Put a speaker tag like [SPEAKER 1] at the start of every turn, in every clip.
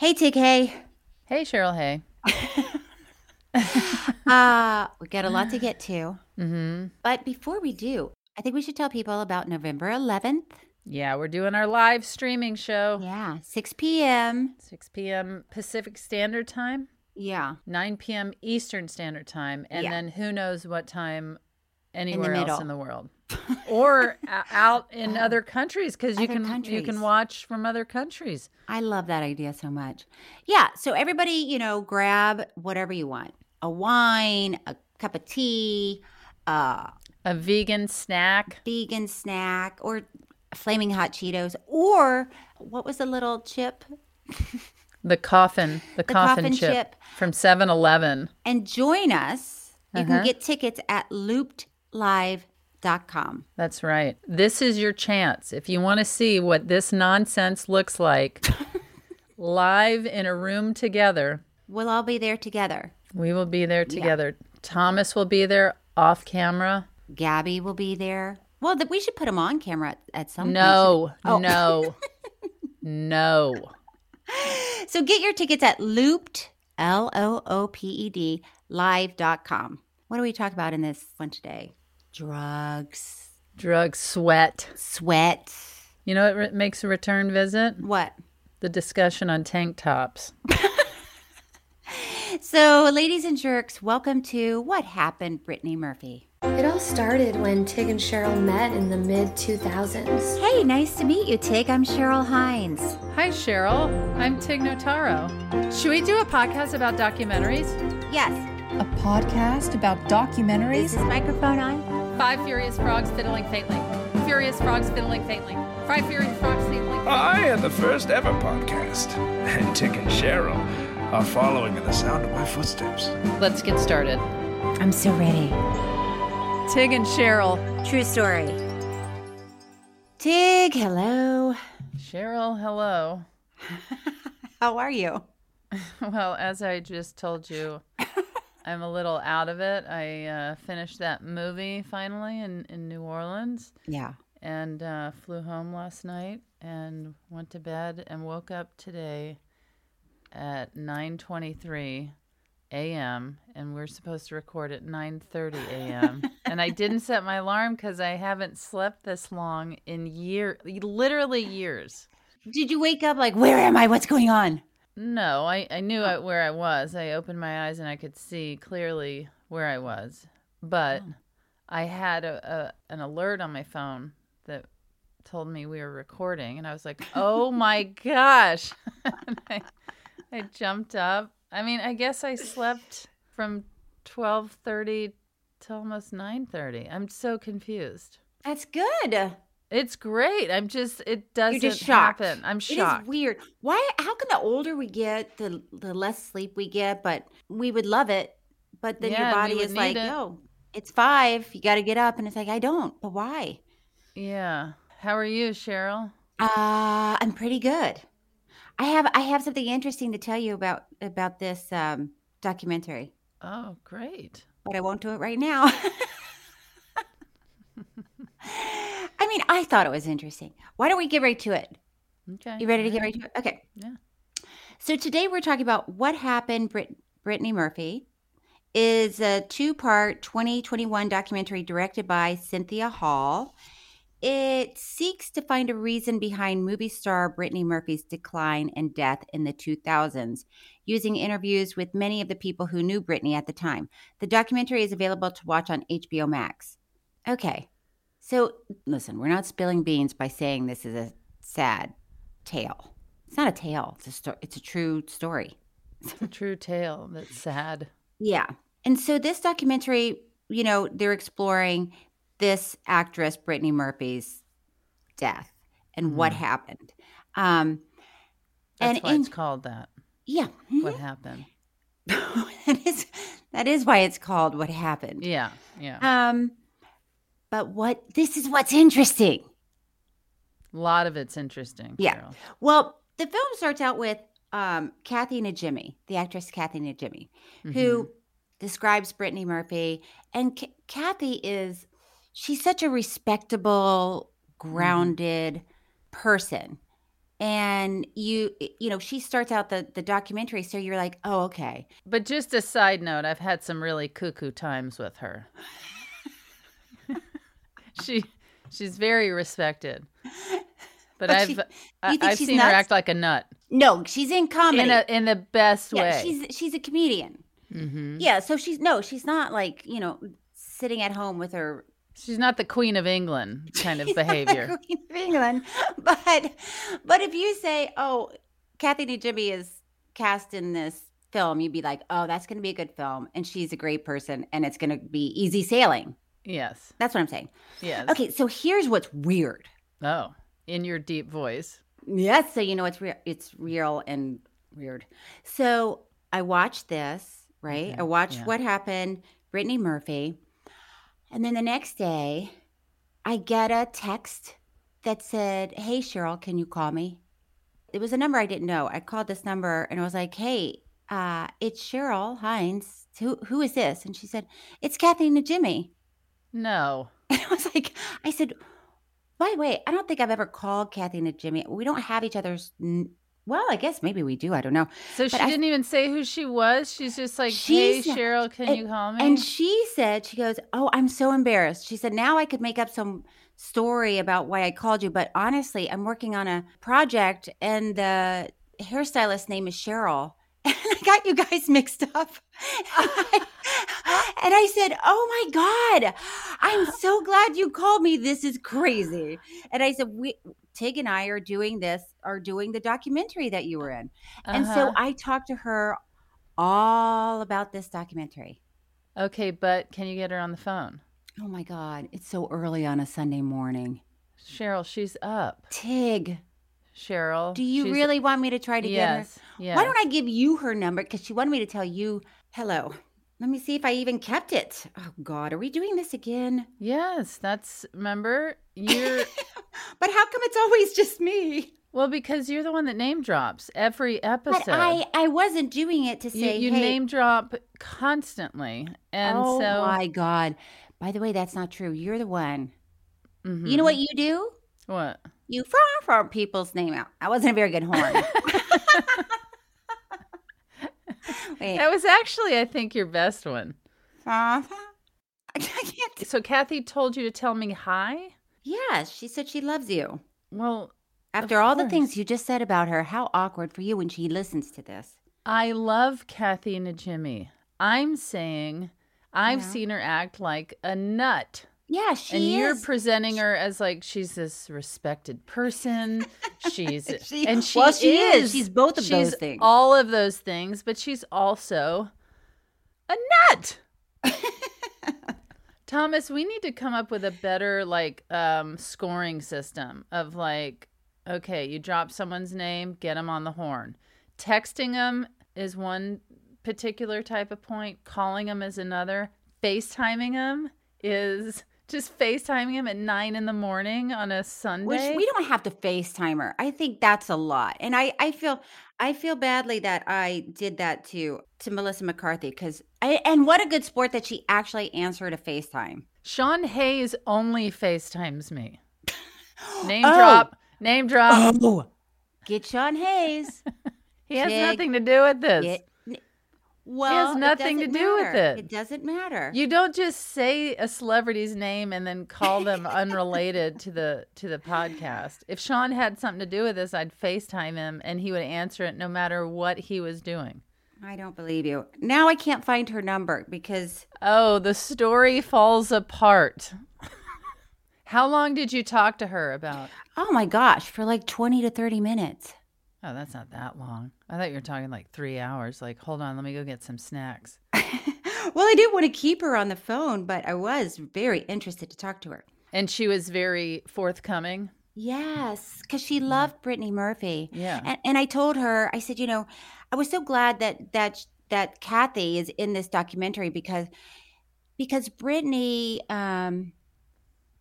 [SPEAKER 1] Hey, TK.
[SPEAKER 2] Hey, Cheryl. Hey.
[SPEAKER 1] Uh, we got a lot to get to. But before we do, I think we should tell people about November 11th.
[SPEAKER 2] Yeah, we're doing our live streaming show.
[SPEAKER 1] Yeah, 6 p.m.
[SPEAKER 2] 6 p.m. Pacific Standard Time,
[SPEAKER 1] Yeah.
[SPEAKER 2] 9 p.m. Eastern Standard Time, and
[SPEAKER 1] Yeah.
[SPEAKER 2] then who knows what time anywhere
[SPEAKER 1] middle. Uh,
[SPEAKER 2] else in the world. or o- out in other countries because you
[SPEAKER 1] Other
[SPEAKER 2] can you
[SPEAKER 1] countries.
[SPEAKER 2] can watch from other countries.
[SPEAKER 1] I love that idea so much. Yeah. So everybody, you know, grab whatever you want a wine, a cup of tea, a
[SPEAKER 2] A vegan snack,
[SPEAKER 1] vegan snack, or flaming hot Cheetos, or what was the little chip?
[SPEAKER 2] the coffin, the, coffin,
[SPEAKER 1] coffin
[SPEAKER 2] chip,
[SPEAKER 1] chip.
[SPEAKER 2] from 7-Eleven.
[SPEAKER 1] And join us. You can
[SPEAKER 2] Uh-huh.
[SPEAKER 1] get tickets at loopedlive.com.
[SPEAKER 2] That's right. This is your chance. If you want to see what this nonsense looks like live in a room together,
[SPEAKER 1] We'll all be there together.
[SPEAKER 2] We will be there together. Thomas will be there off camera.
[SPEAKER 1] Gabby will be there. Well, th- we should put him on camera at, at some point,
[SPEAKER 2] No,
[SPEAKER 1] shouldn't- Oh.
[SPEAKER 2] no, no.
[SPEAKER 1] Oh, So get your tickets at looped, L O O P E D, live.com. What do we talk about in this one today? Drugs,
[SPEAKER 2] Drug sweat.
[SPEAKER 1] sweat,
[SPEAKER 2] You know, it re- makes a return visit.
[SPEAKER 1] what?
[SPEAKER 2] The discussion on tank tops.
[SPEAKER 1] So, ladies and jerks, welcome to What Happened, Brittany Murphy.
[SPEAKER 3] It all started when Tig and Cheryl met in the mid 2000s.
[SPEAKER 1] Hey, nice to meet you, Tig. I'm Cheryl Hines.
[SPEAKER 2] Hi, Cheryl. I'm Tig Notaro. Should we do a podcast about documentaries?
[SPEAKER 1] Yes,
[SPEAKER 4] A podcast about
[SPEAKER 1] is
[SPEAKER 4] documentaries?
[SPEAKER 1] this microphone on?
[SPEAKER 2] Five Furious Frogs Fiddling Faintly. Furious Frogs Fiddling Faintly. Five Furious Frogs Fiddling
[SPEAKER 5] I am the first ever podcast, and Tick and Cheryl are following in the sound of my footsteps.
[SPEAKER 2] Let's get started.
[SPEAKER 1] I'm so ready.
[SPEAKER 2] Tig and Cheryl.
[SPEAKER 1] True story. Tig, hello.
[SPEAKER 2] Cheryl, hello.
[SPEAKER 1] How are you?
[SPEAKER 2] Well, as I just told you, I'm a little out of it. I uh, finished that movie finally in, in New Orleans
[SPEAKER 1] Yeah.
[SPEAKER 2] and uh, flew home last night and went to bed and woke up today at 9:23 a.m. and we're supposed to record at 9:30 a.m. and I didn't set my alarm cuz I haven't slept this long in year literally years.
[SPEAKER 1] Did you wake up like, where am I? What's going on?
[SPEAKER 2] No, I, I
[SPEAKER 1] Oh.
[SPEAKER 2] knew I, where I was. I opened my eyes and I could see clearly where I was. But
[SPEAKER 1] Oh.
[SPEAKER 2] I had a, a an alert on my phone that told me we were recording, and I was like, "Oh my gosh!" And I, I jumped up. I mean, I guess I slept from twelve thirty to almost nine thirty. I'm so confused.
[SPEAKER 1] That's good.
[SPEAKER 2] It's great. I'm just it doesn't
[SPEAKER 1] You're just shocked.
[SPEAKER 2] happen. I'm
[SPEAKER 1] It
[SPEAKER 2] shocked.
[SPEAKER 1] is weird. Why? How come the older we get, the the less sleep we get? But we would love it. But then
[SPEAKER 2] Yeah,
[SPEAKER 1] your
[SPEAKER 2] and we
[SPEAKER 1] body
[SPEAKER 2] would
[SPEAKER 1] is like,
[SPEAKER 2] need it.
[SPEAKER 1] yo, it's five. You got to get up, and it's like, I don't. But why?
[SPEAKER 2] Yeah. How are you, Cheryl?
[SPEAKER 1] Uh, I'm pretty good. I have I have something interesting to tell you about about this um, documentary,
[SPEAKER 2] Oh, great.
[SPEAKER 1] but I won't do it right now. I mean, I thought it was interesting. Why don't we get right to it?
[SPEAKER 2] Okay.
[SPEAKER 1] You ready to get right to it? Okay.
[SPEAKER 2] Yeah.
[SPEAKER 1] So today we're talking about what happened. Brit- Brittany Murphy is a two-part 2021 documentary directed by Cynthia Hall. It seeks to find a reason behind movie star Brittany Murphy's decline and death in the 2000s, using interviews with many of the people who knew Brittany at the time. The documentary is available to watch on HBO Max. Okay, so listen, we're not spilling beans by saying this is a sad tale. It's not a tale. It's a sto- It's a true story.
[SPEAKER 2] It's a true tale that's sad.
[SPEAKER 1] Yeah. And so this documentary, you know, they're exploring this actress, Brittany Murphy's death and what happened. Um,
[SPEAKER 2] Mm-hmm. That's
[SPEAKER 1] And
[SPEAKER 2] why it's
[SPEAKER 1] in- Mhm.
[SPEAKER 2] called that.
[SPEAKER 1] yeah. Mm-hmm.
[SPEAKER 2] What happened?
[SPEAKER 1] that, is, that is why it's called What Happened.
[SPEAKER 2] Yeah. Yeah.
[SPEAKER 1] Um, but what this is what's interesting.
[SPEAKER 2] A lot of it's interesting.
[SPEAKER 1] Yeah.
[SPEAKER 2] Cheryl.
[SPEAKER 1] Well, the film starts out with um, Kathy Najimy, the actress Kathy Najimy,
[SPEAKER 2] Mm-hmm.
[SPEAKER 1] who describes Brittany Murphy. And K- Kathy is, she's such a respectable, grounded person. And you, you know, she starts out the, the documentary. So you're like, oh, okay.
[SPEAKER 2] But just a side note, I've had some really cuckoo times with her. she she's very respected. But,
[SPEAKER 1] But
[SPEAKER 2] I've
[SPEAKER 1] she-
[SPEAKER 2] I,
[SPEAKER 1] you think
[SPEAKER 2] I've
[SPEAKER 1] she's
[SPEAKER 2] seen her
[SPEAKER 1] nuts?
[SPEAKER 2] act like a nut
[SPEAKER 1] No, she's in comedy.
[SPEAKER 2] in a in the best
[SPEAKER 1] yeah,
[SPEAKER 2] way.
[SPEAKER 1] she's she's a comedian.
[SPEAKER 2] Mhm.
[SPEAKER 1] Yeah, so she's no, she's not like you know sitting at home with her
[SPEAKER 2] She's not the queen of England kind of behavior.
[SPEAKER 1] Queen of England. But but if you say, oh, Kathy Najimy is cast in this film, you'd be like, oh, that's going to be a good film, and she's a great person, and it's going to be easy sailing.
[SPEAKER 2] yes.
[SPEAKER 1] That's what I'm saying.
[SPEAKER 2] Yes.
[SPEAKER 1] Okay, so here's what's weird.
[SPEAKER 2] Oh, in your deep voice.
[SPEAKER 1] Yes, so you know it's real. It's real and weird. So I watched this, right? I watched
[SPEAKER 2] yeah.
[SPEAKER 1] what happened, Brittany Murphy, and then the next day, I get a text that said, "Hey Cheryl, can you call me?" It was a number I didn't know. I called this number and I was like, "Hey, uh, it's Cheryl Hines. Who who is this?" And she said, "It's Kathy and Jimmy."
[SPEAKER 2] No.
[SPEAKER 1] And I was like, I said, by the way, I don't think I've ever called Kathy and Jimmy. We don't have each other's. N- well, I guess maybe we do. I don't know.
[SPEAKER 2] So she
[SPEAKER 1] I-
[SPEAKER 2] didn't even say who she was. She's just like,
[SPEAKER 1] She's
[SPEAKER 2] "Hey,
[SPEAKER 1] not-
[SPEAKER 2] Cheryl, can
[SPEAKER 1] and-
[SPEAKER 2] you call me?"
[SPEAKER 1] And she said, she goes, Oh, I'm so embarrassed. She said, Now I could make up some story about why I called you. But honestly, I'm working on a project and the hairstylist name is Cheryl. And I got you guys mixed up. and I said, Oh my God, I'm so glad you called me. This is crazy. And I said, We, Tig and I are doing this, are doing the documentary that you were in. And so
[SPEAKER 2] Uh-huh.
[SPEAKER 1] I talked to her all about this documentary.
[SPEAKER 2] okay, but can you get her on the phone?
[SPEAKER 1] Oh my God, it's so early on a Sunday morning.
[SPEAKER 2] Cheryl, she's up.
[SPEAKER 1] Tig,
[SPEAKER 2] Cheryl,
[SPEAKER 1] do you
[SPEAKER 2] she's-
[SPEAKER 1] really want me to try to
[SPEAKER 2] Yes.
[SPEAKER 1] get her?
[SPEAKER 2] Yes.
[SPEAKER 1] Why don't I give you her number? Because she wanted me to tell you, hello. Let me see if I even kept it. Oh God, are we doing this again?
[SPEAKER 2] Yes, that's remember you're
[SPEAKER 1] But how come it's always just me?
[SPEAKER 2] well because you're the one that name drops every episode.
[SPEAKER 1] But I, I wasn't doing it to
[SPEAKER 2] you,
[SPEAKER 1] say
[SPEAKER 2] you
[SPEAKER 1] hey,
[SPEAKER 2] name drop constantly, and
[SPEAKER 1] oh
[SPEAKER 2] so
[SPEAKER 1] my God. By the way, that's not true. You're the one.
[SPEAKER 2] Mhm.
[SPEAKER 1] You know what you do?
[SPEAKER 2] what?
[SPEAKER 1] You far from people's name out. I wasn't a very good horn. Wait.
[SPEAKER 2] That was actually, I think, your best one.
[SPEAKER 1] I
[SPEAKER 2] Uh-huh.
[SPEAKER 1] can't.
[SPEAKER 2] So Kathy told you to tell me hi.
[SPEAKER 1] Yeah, she said she loves you.
[SPEAKER 2] Well,
[SPEAKER 1] After all the
[SPEAKER 2] course.
[SPEAKER 1] things you just said about her, how awkward for you when she listens to this.
[SPEAKER 2] I love Kathy and Jimmy. I'm saying I've seen her act like a nut.
[SPEAKER 1] Yeah, she
[SPEAKER 2] and you're
[SPEAKER 1] is.
[SPEAKER 2] presenting her as like she's this respected person. She's
[SPEAKER 1] She-
[SPEAKER 2] and she,
[SPEAKER 1] well, she is.
[SPEAKER 2] is.
[SPEAKER 1] She's both of those
[SPEAKER 2] She's
[SPEAKER 1] things.
[SPEAKER 2] All of those things, but she's also a nut. Thomas, we need to come up with a better like um, scoring system of like, okay, you drop someone's name, get them on the horn. Texting them is one particular type of point. Calling them is another. FaceTiming them is Just FaceTiming him at nine in the morning on a Sunday.
[SPEAKER 1] Which we don't have to FaceTime her. I think that's a lot. And I, I feel I feel badly that I did that to to Melissa McCarthy because I and what a good sport that she actually answered a FaceTime.
[SPEAKER 2] Sean Hayes only FaceTimes me. Name
[SPEAKER 1] Oh.
[SPEAKER 2] drop. Name drop.
[SPEAKER 1] Get Sean Hayes.
[SPEAKER 2] he has
[SPEAKER 1] Jig.
[SPEAKER 2] nothing to do with this.
[SPEAKER 1] Get- well, it
[SPEAKER 2] nothing to
[SPEAKER 1] doesn't
[SPEAKER 2] do with
[SPEAKER 1] matter.
[SPEAKER 2] it.
[SPEAKER 1] It doesn't matter.
[SPEAKER 2] You don't just say a celebrity's name and then call them unrelated to the to the podcast. If Sean had something to do with this, I'd FaceTime him and he would answer it no matter what he was doing.
[SPEAKER 1] I don't believe you. Now I can't find her number because
[SPEAKER 2] Oh, the story falls apart. How long did you talk to her about?
[SPEAKER 1] oh my gosh, for like twenty to thirty minutes.
[SPEAKER 2] Oh, that's not that long. I thought you were talking like 3 hours. Like, hold on, let me go get some snacks.
[SPEAKER 1] Well, I didn't want to keep her on the phone, but I was very interested to talk to her.
[SPEAKER 2] And she was very forthcoming.
[SPEAKER 1] Yes, because she loved Brittany Murphy.
[SPEAKER 2] Yeah.
[SPEAKER 1] and, and I told her, I said, you know, I was so glad that that that Kathy is in this documentary because because Brittany, um,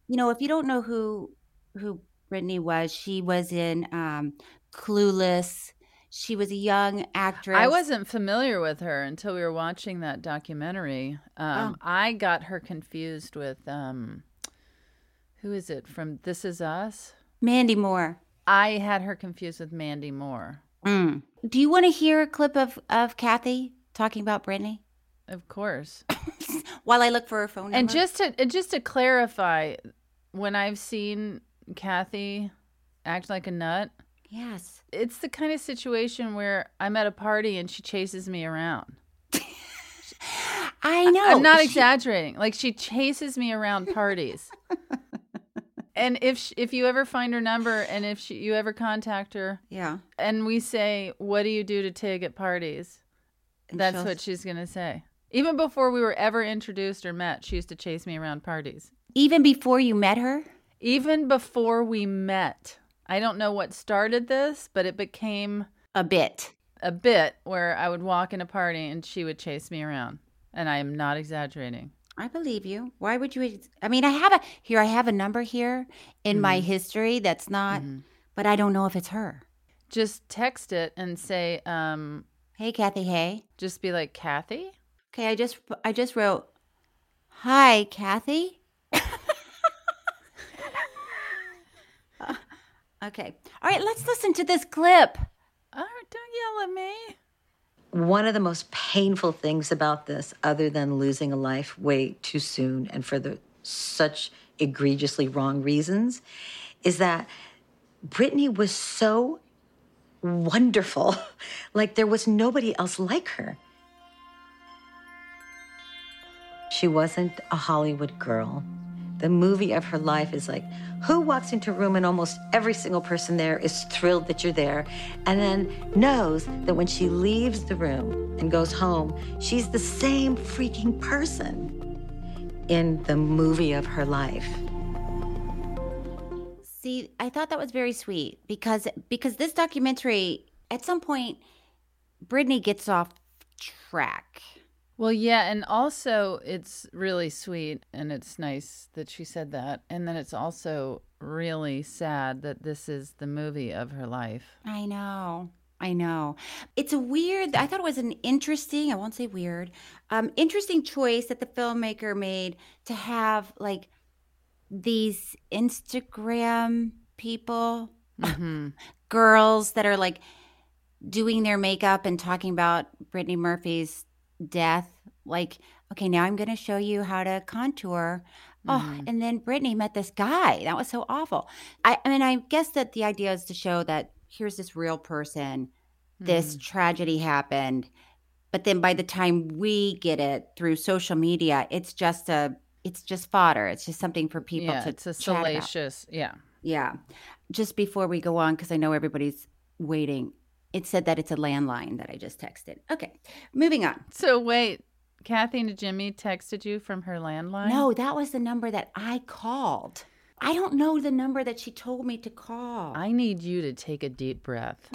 [SPEAKER 1] you know, if you don't know who who Brittany was, she was in um, Clueless. She was a young actress.
[SPEAKER 2] I wasn't familiar with her until we were watching that documentary. Um, I got her confused with um, who is it from This Is Us?
[SPEAKER 1] Mandy Moore.
[SPEAKER 2] I had her confused with Mandy Moore.
[SPEAKER 1] Mm. Do you want to hear a clip of of Kathy talking about Brittany
[SPEAKER 2] Of course.
[SPEAKER 1] while I look for her phone number?
[SPEAKER 2] And just to and just to clarify, when I've seen Kathy act like a nut,
[SPEAKER 1] yes.
[SPEAKER 2] it's the kind of situation where I'm at a party and she chases me around.
[SPEAKER 1] I know.
[SPEAKER 2] I'm not
[SPEAKER 1] She-
[SPEAKER 2] exaggerating. Like she chases me around parties. and if sh if you ever find her number and if she, you ever contact her
[SPEAKER 1] Yeah.
[SPEAKER 2] and we say, "What do you do to Tig at parties?"
[SPEAKER 1] And
[SPEAKER 2] That's
[SPEAKER 1] she'll-
[SPEAKER 2] what she's going to say. Even before we were ever introduced or met, she used to chase me around parties.
[SPEAKER 1] even before you met her.
[SPEAKER 2] Even before we met. I don't know what started this, but it became
[SPEAKER 1] A bit.
[SPEAKER 2] a bit where I would walk in a party and she would chase me around. And I am not exaggerating.
[SPEAKER 1] I believe you. Why would you? ex- I mean, I have a here. I have a number here in my
[SPEAKER 2] Mm-hmm.
[SPEAKER 1] history that's not, but I don't know if it's her.
[SPEAKER 2] just text it and say, um,
[SPEAKER 1] Hey, Kathy. Hey.
[SPEAKER 2] just be like Kathy.
[SPEAKER 1] Okay, I just I just wrote, "Hi, Kathy." Uh, okay. All right. Let's listen to this clip.
[SPEAKER 2] Oh, don't yell at me.
[SPEAKER 4] One of the most painful things about this, other than losing a life way too soon and for the such egregiously wrong reasons, is that Brittany was so wonderful. like there was nobody else like her. She wasn't a Hollywood girl. The movie of her life is like who walks into a room and almost every single person there is thrilled that you're there and then knows that when she leaves the room and goes home, she's the same freaking person in the movie of her life.
[SPEAKER 1] See, I thought that was very sweet because because this documentary at some point Brittany gets off track.
[SPEAKER 2] Well, yeah, and also it's really sweet and it's nice that she said that. And then it's also really sad that this is the movie of her life.
[SPEAKER 1] I know. I know. It's a weird I thought it was an interesting, I won't say weird, um interesting choice that the filmmaker made to have like these Instagram people
[SPEAKER 2] hmm
[SPEAKER 1] girls that are like doing their makeup and talking about Brittany Murphy's death. Like, okay, now I'm going to show you how to contour. Oh,
[SPEAKER 2] Mm-hmm.
[SPEAKER 1] and then Brittany met this guy. That was so awful. I, I mean, I guess that the idea is to show that here's this real person, this
[SPEAKER 2] Mm-hmm.
[SPEAKER 1] tragedy happened. But then by the time we get it through social media, it's just a, it's just fodder. It's just something for people
[SPEAKER 2] Yeah,
[SPEAKER 1] to
[SPEAKER 2] it's a
[SPEAKER 1] chat about.
[SPEAKER 2] salacious. Yeah.
[SPEAKER 1] Yeah. Just before we go on, because I know everybody's waiting, it said that it's a landline that I just texted. Okay. Moving on.
[SPEAKER 2] So wait, Kathy and Jimmy texted you from her landline?
[SPEAKER 1] No, that was the number that I called. I don't know the number that she told me to call.
[SPEAKER 2] I need you to take a deep breath.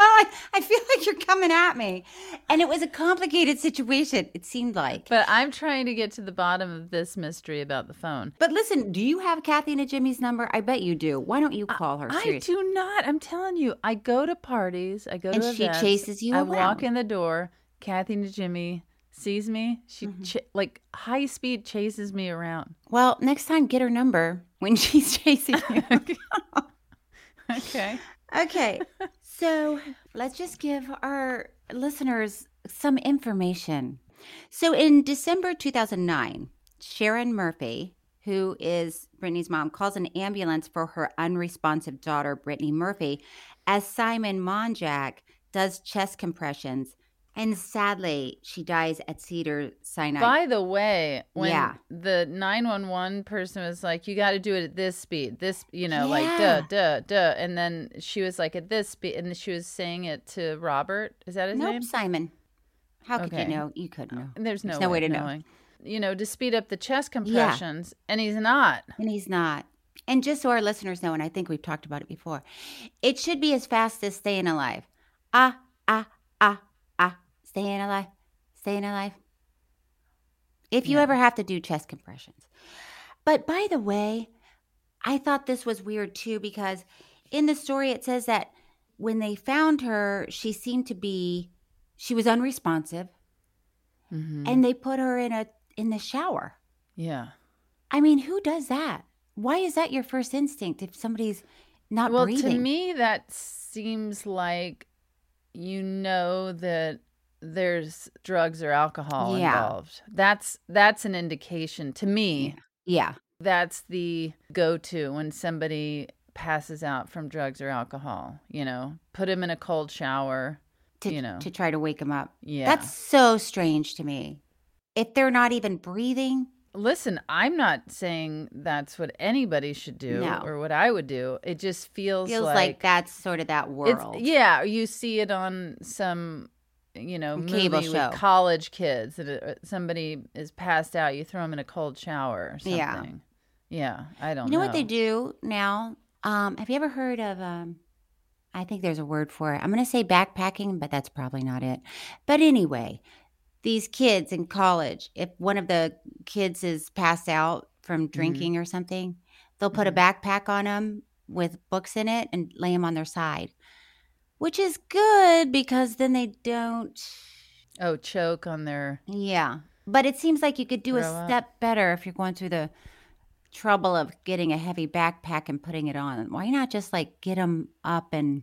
[SPEAKER 1] I, I feel like you're coming at me. And it was a complicated situation, it seemed like.
[SPEAKER 2] But I'm trying to get to the bottom of this mystery about the phone.
[SPEAKER 1] But listen, do you have Kathy and Jimmy's number? I bet you do. Why don't you call her?
[SPEAKER 2] I
[SPEAKER 1] Seriously.
[SPEAKER 2] do not. I'm telling you, I go to parties. I go
[SPEAKER 1] And
[SPEAKER 2] to
[SPEAKER 1] she
[SPEAKER 2] events,
[SPEAKER 1] chases you
[SPEAKER 2] I walk
[SPEAKER 1] around.
[SPEAKER 2] in the door. Kathy and Jimmy sees me. She
[SPEAKER 1] Mm-hmm.
[SPEAKER 2] ch- like high speed chases me around.
[SPEAKER 1] Well, next time, get her number when she's chasing you.
[SPEAKER 2] Okay.
[SPEAKER 1] okay. So let's just give our listeners some information. So in December 2009, Sharon Murphy, who is Brittany's mom, calls an ambulance for her unresponsive daughter, Brittany Murphy, as Simon Monjack does chest compressions. And sadly, she dies at Cedar Sinai.
[SPEAKER 2] By the way, when
[SPEAKER 1] Yeah.
[SPEAKER 2] the 911 person was like, you got to do it at this speed, this, you know, like,
[SPEAKER 1] Yeah.
[SPEAKER 2] duh, duh, duh. And then she was like, at this speed. And she was saying it to Robert. Is that his
[SPEAKER 1] nope,
[SPEAKER 2] name?
[SPEAKER 1] Simon. How could
[SPEAKER 2] Okay. Uh,
[SPEAKER 1] you know? You could know.
[SPEAKER 2] There's no,
[SPEAKER 1] There's no way to know.
[SPEAKER 2] knowing. You know, to speed up the chest compressions. And he's not.
[SPEAKER 1] And he's not. And just so our listeners know, and I think we've talked about it before, it should be as fast as staying alive. Ah, ah, ah, ah, staying alive, staying alive. If you ever have to do chest compressions. But by the way, I thought this was weird too because in the story it says that when they found her, she seemed to be she was unresponsive and they put her in a in the shower.
[SPEAKER 2] Yeah.
[SPEAKER 1] I mean, who does that? Why is that your first instinct if somebody's not
[SPEAKER 2] well,
[SPEAKER 1] breathing?
[SPEAKER 2] to me, that seems like you know that there's drugs or alcohol
[SPEAKER 1] Yeah.
[SPEAKER 2] involved. That's that's an indication to me.
[SPEAKER 1] yeah,
[SPEAKER 2] that's the go-to when somebody passes out from drugs or alcohol you know put them in a cold shower
[SPEAKER 1] to
[SPEAKER 2] you know
[SPEAKER 1] to try to wake them up.
[SPEAKER 2] yeah
[SPEAKER 1] That's so strange to me. If they're not even breathing,
[SPEAKER 2] listen i'm not saying that's what anybody should do
[SPEAKER 1] No.
[SPEAKER 2] or what i would do it just feels,
[SPEAKER 1] feels like,
[SPEAKER 2] like,
[SPEAKER 1] that's sort of that world.
[SPEAKER 2] it's yeah you see it on some you know movie
[SPEAKER 1] Cable
[SPEAKER 2] with
[SPEAKER 1] show.
[SPEAKER 2] college kids that uh, somebody is passed out you throw them in a cold shower or
[SPEAKER 1] Yeah.
[SPEAKER 2] something yeah i don't
[SPEAKER 1] you know, what they do now? Um, have you ever heard of? Um, I think there's a word for it. I'm going to say backpacking, but that's probably not it. But anyway, these kids in college, if one of the kids is passed out from drinking or something, they'll put a backpack on them with books in it and lay them on their side, which is good because then they don't.
[SPEAKER 2] oh choke on their
[SPEAKER 1] Yeah. But it seems like you could do
[SPEAKER 2] Throw
[SPEAKER 1] a
[SPEAKER 2] up.
[SPEAKER 1] step better if you're going through the trouble of getting a heavy backpack and putting it on. Why not just like get them up and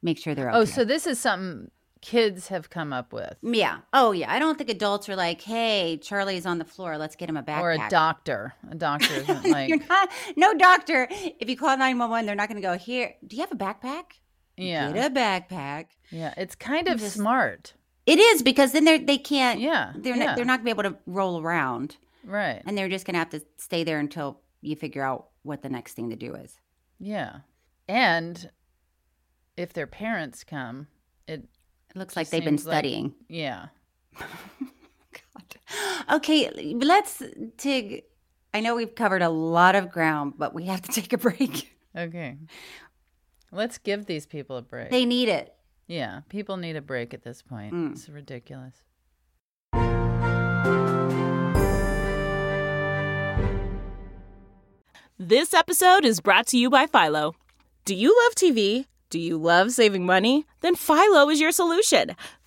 [SPEAKER 1] make sure they're okay?
[SPEAKER 2] Oh, so this is something kids have come up with,
[SPEAKER 1] yeah. Oh, yeah. I don't think adults are like, hey, Charlie's on the floor. Let's get him a backpack.
[SPEAKER 2] or a doctor. A doctor isn't like,
[SPEAKER 1] You're not, no doctor. If you call 911, they're not going to go, here, do you have a backpack?
[SPEAKER 2] yeah,
[SPEAKER 1] Get a backpack.
[SPEAKER 2] yeah. It's kind of
[SPEAKER 1] just-
[SPEAKER 2] smart.
[SPEAKER 1] It is because then they're, they can't,
[SPEAKER 2] Yeah,
[SPEAKER 1] they're,
[SPEAKER 2] yeah.
[SPEAKER 1] Not, they're not going to be able to roll around.
[SPEAKER 2] Right.
[SPEAKER 1] and they're just going to have to stay there until you figure out what the next thing to do is.
[SPEAKER 2] yeah, and if their parents come, it
[SPEAKER 1] It looks
[SPEAKER 2] Just
[SPEAKER 1] like they've been
[SPEAKER 2] seems like-
[SPEAKER 1] studying.
[SPEAKER 2] yeah.
[SPEAKER 1] Okay, let's Tig. I know we've covered a lot of ground, but we have to take a break.
[SPEAKER 2] Okay, let's give these people a break.
[SPEAKER 1] They need it.
[SPEAKER 2] yeah, people need a break at this point.
[SPEAKER 1] Mm.
[SPEAKER 2] It's ridiculous.
[SPEAKER 6] This episode is brought to you by Philo. Do you love TV? Do you love saving money? Then Philo is your solution.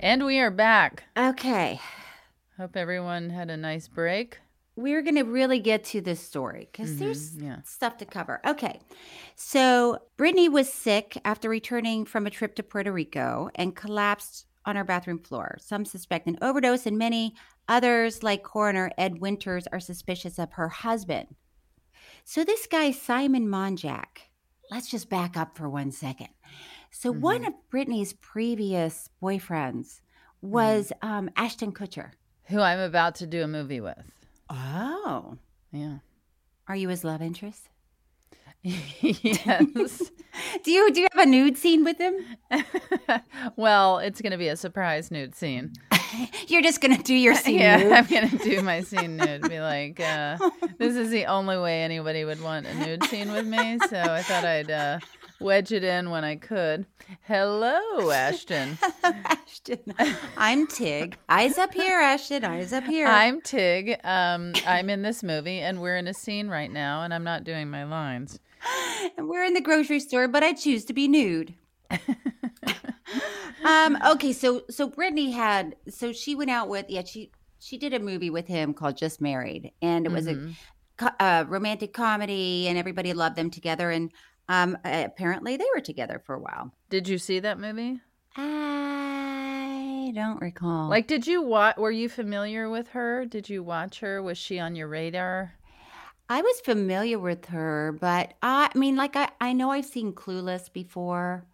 [SPEAKER 2] And we are back.
[SPEAKER 1] Okay.
[SPEAKER 2] Hope everyone had a nice break.
[SPEAKER 1] We're going to really get to this story because there's
[SPEAKER 2] yeah.
[SPEAKER 1] stuff to cover. Okay. So, Brittany was sick after returning from a trip to Puerto Rico and collapsed on her bathroom floor. Some suspect an overdose, and many others, like coroner Ed Winters, are suspicious of her husband. So, this guy, Simon Monjack, let's just back up for one second. So, one of Brittany's previous boyfriends was um, Ashton Kutcher.
[SPEAKER 2] Who I'm about to do a movie with.
[SPEAKER 1] Oh.
[SPEAKER 2] Yeah.
[SPEAKER 1] Are you his love interest?
[SPEAKER 2] yes.
[SPEAKER 1] Do you do you have a nude scene with him?
[SPEAKER 2] well, it's going to be a surprise nude scene.
[SPEAKER 1] You're just gonna do your scene.
[SPEAKER 2] yeah,
[SPEAKER 1] nude?
[SPEAKER 2] I'm going to do my scene nude. Be like, uh, this is the only way anybody would want a nude scene with me. So I thought I'd uh, wedge it in when I could. Hello, Ashton.
[SPEAKER 1] Ashton. I'm Tig. Eyes up here, Ashton. Eyes up here.
[SPEAKER 2] I'm Tig. Um, I'm in this movie, and we're in a scene right now, and I'm not doing my lines.
[SPEAKER 1] And we're in the grocery store, but I choose to be nude. um, okay, so so Brittany had so she went out with yeah she she did a movie with him called Just Married, and it was a co- a romantic comedy, and everybody loved them together, and um, apparently they were together for a while.
[SPEAKER 2] Did you see that movie?
[SPEAKER 1] I don't recall.
[SPEAKER 2] Like, did you watch? Were you familiar with her? Did you watch her? Was she on your radar?
[SPEAKER 1] I was familiar with her, but I, I mean, like I, I know I've seen Clueless before.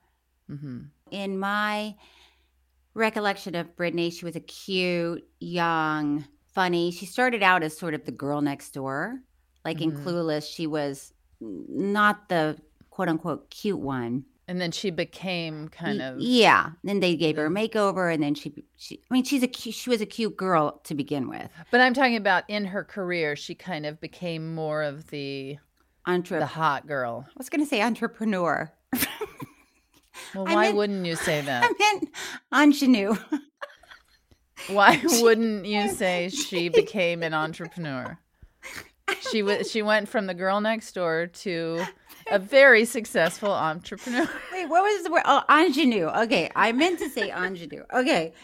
[SPEAKER 2] Mm-hmm.
[SPEAKER 1] In my recollection of Brittany, she was a cute, young, funny. She started out as sort of the girl next door. Like in
[SPEAKER 2] Mhm.
[SPEAKER 1] Clueless, she was not the quote unquote cute one.
[SPEAKER 2] And then she became kind
[SPEAKER 1] Y-
[SPEAKER 2] of.
[SPEAKER 1] Yeah. Then they gave her a makeover, and then she, she. I mean, she's a cu she was a cute girl to begin with.
[SPEAKER 2] But I'm talking about in her career, she kind of became more of the
[SPEAKER 1] Entrepreneur.
[SPEAKER 2] the hot girl.
[SPEAKER 1] I was going to say entrepreneur.
[SPEAKER 2] Well,
[SPEAKER 1] I
[SPEAKER 2] why
[SPEAKER 1] meant-
[SPEAKER 2] wouldn't you say
[SPEAKER 1] I
[SPEAKER 2] that?
[SPEAKER 1] meant ingenue.
[SPEAKER 2] Why wouldn't you say she became an entrepreneur? She was. She went from the girl next door to a very successful entrepreneur.
[SPEAKER 1] Wait, what was the word? Oh, ingenue. Okay, I meant to say ingenue. Okay.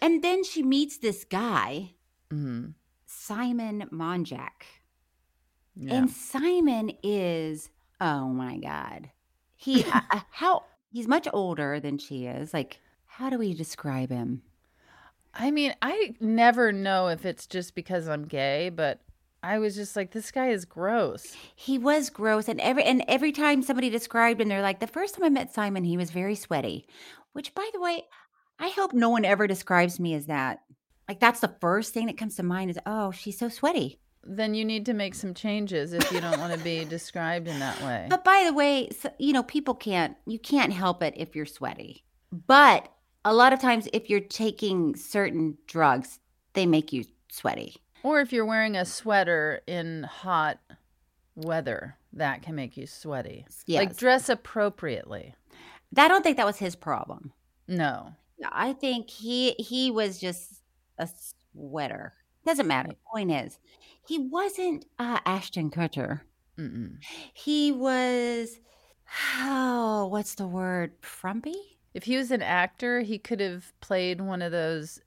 [SPEAKER 1] And then she meets this guy,
[SPEAKER 2] Mm-hmm.
[SPEAKER 1] Simon Monjack.
[SPEAKER 2] Yeah.
[SPEAKER 1] And Simon is, oh my God. He, uh, uh, how, he's much older than she is. Like, how do we describe him?
[SPEAKER 2] I mean, I never know if it's just because I'm gay, but I was just like, this guy is gross.
[SPEAKER 1] He was gross, and every and every time somebody described him, they're like, "The first time I met Simon, he was very sweaty," which, by the way, I hope no one ever describes me as that. Like, that's the first thing that comes to mind is, "Oh, she's so sweaty."
[SPEAKER 2] Then you need to make some changes if you don't want to be described in that way.
[SPEAKER 1] But by the way, so, you know, people can't you can't help it if you're sweaty. But a lot of times, if you're taking certain drugs, they make you sweaty.
[SPEAKER 2] Or if you're wearing a sweater in hot weather, that can make you sweaty. Like
[SPEAKER 1] Yes.
[SPEAKER 2] dress appropriately.
[SPEAKER 1] I don't think that was his problem.
[SPEAKER 2] No.
[SPEAKER 1] Yeah, I think he he was just a sweater. Doesn't matter. Point is, he wasn't uh, Ashton Kutcher.
[SPEAKER 2] Mm-mm.
[SPEAKER 1] He was oh, what's the word? Frumpy
[SPEAKER 2] If he was an actor, he could have played one of those,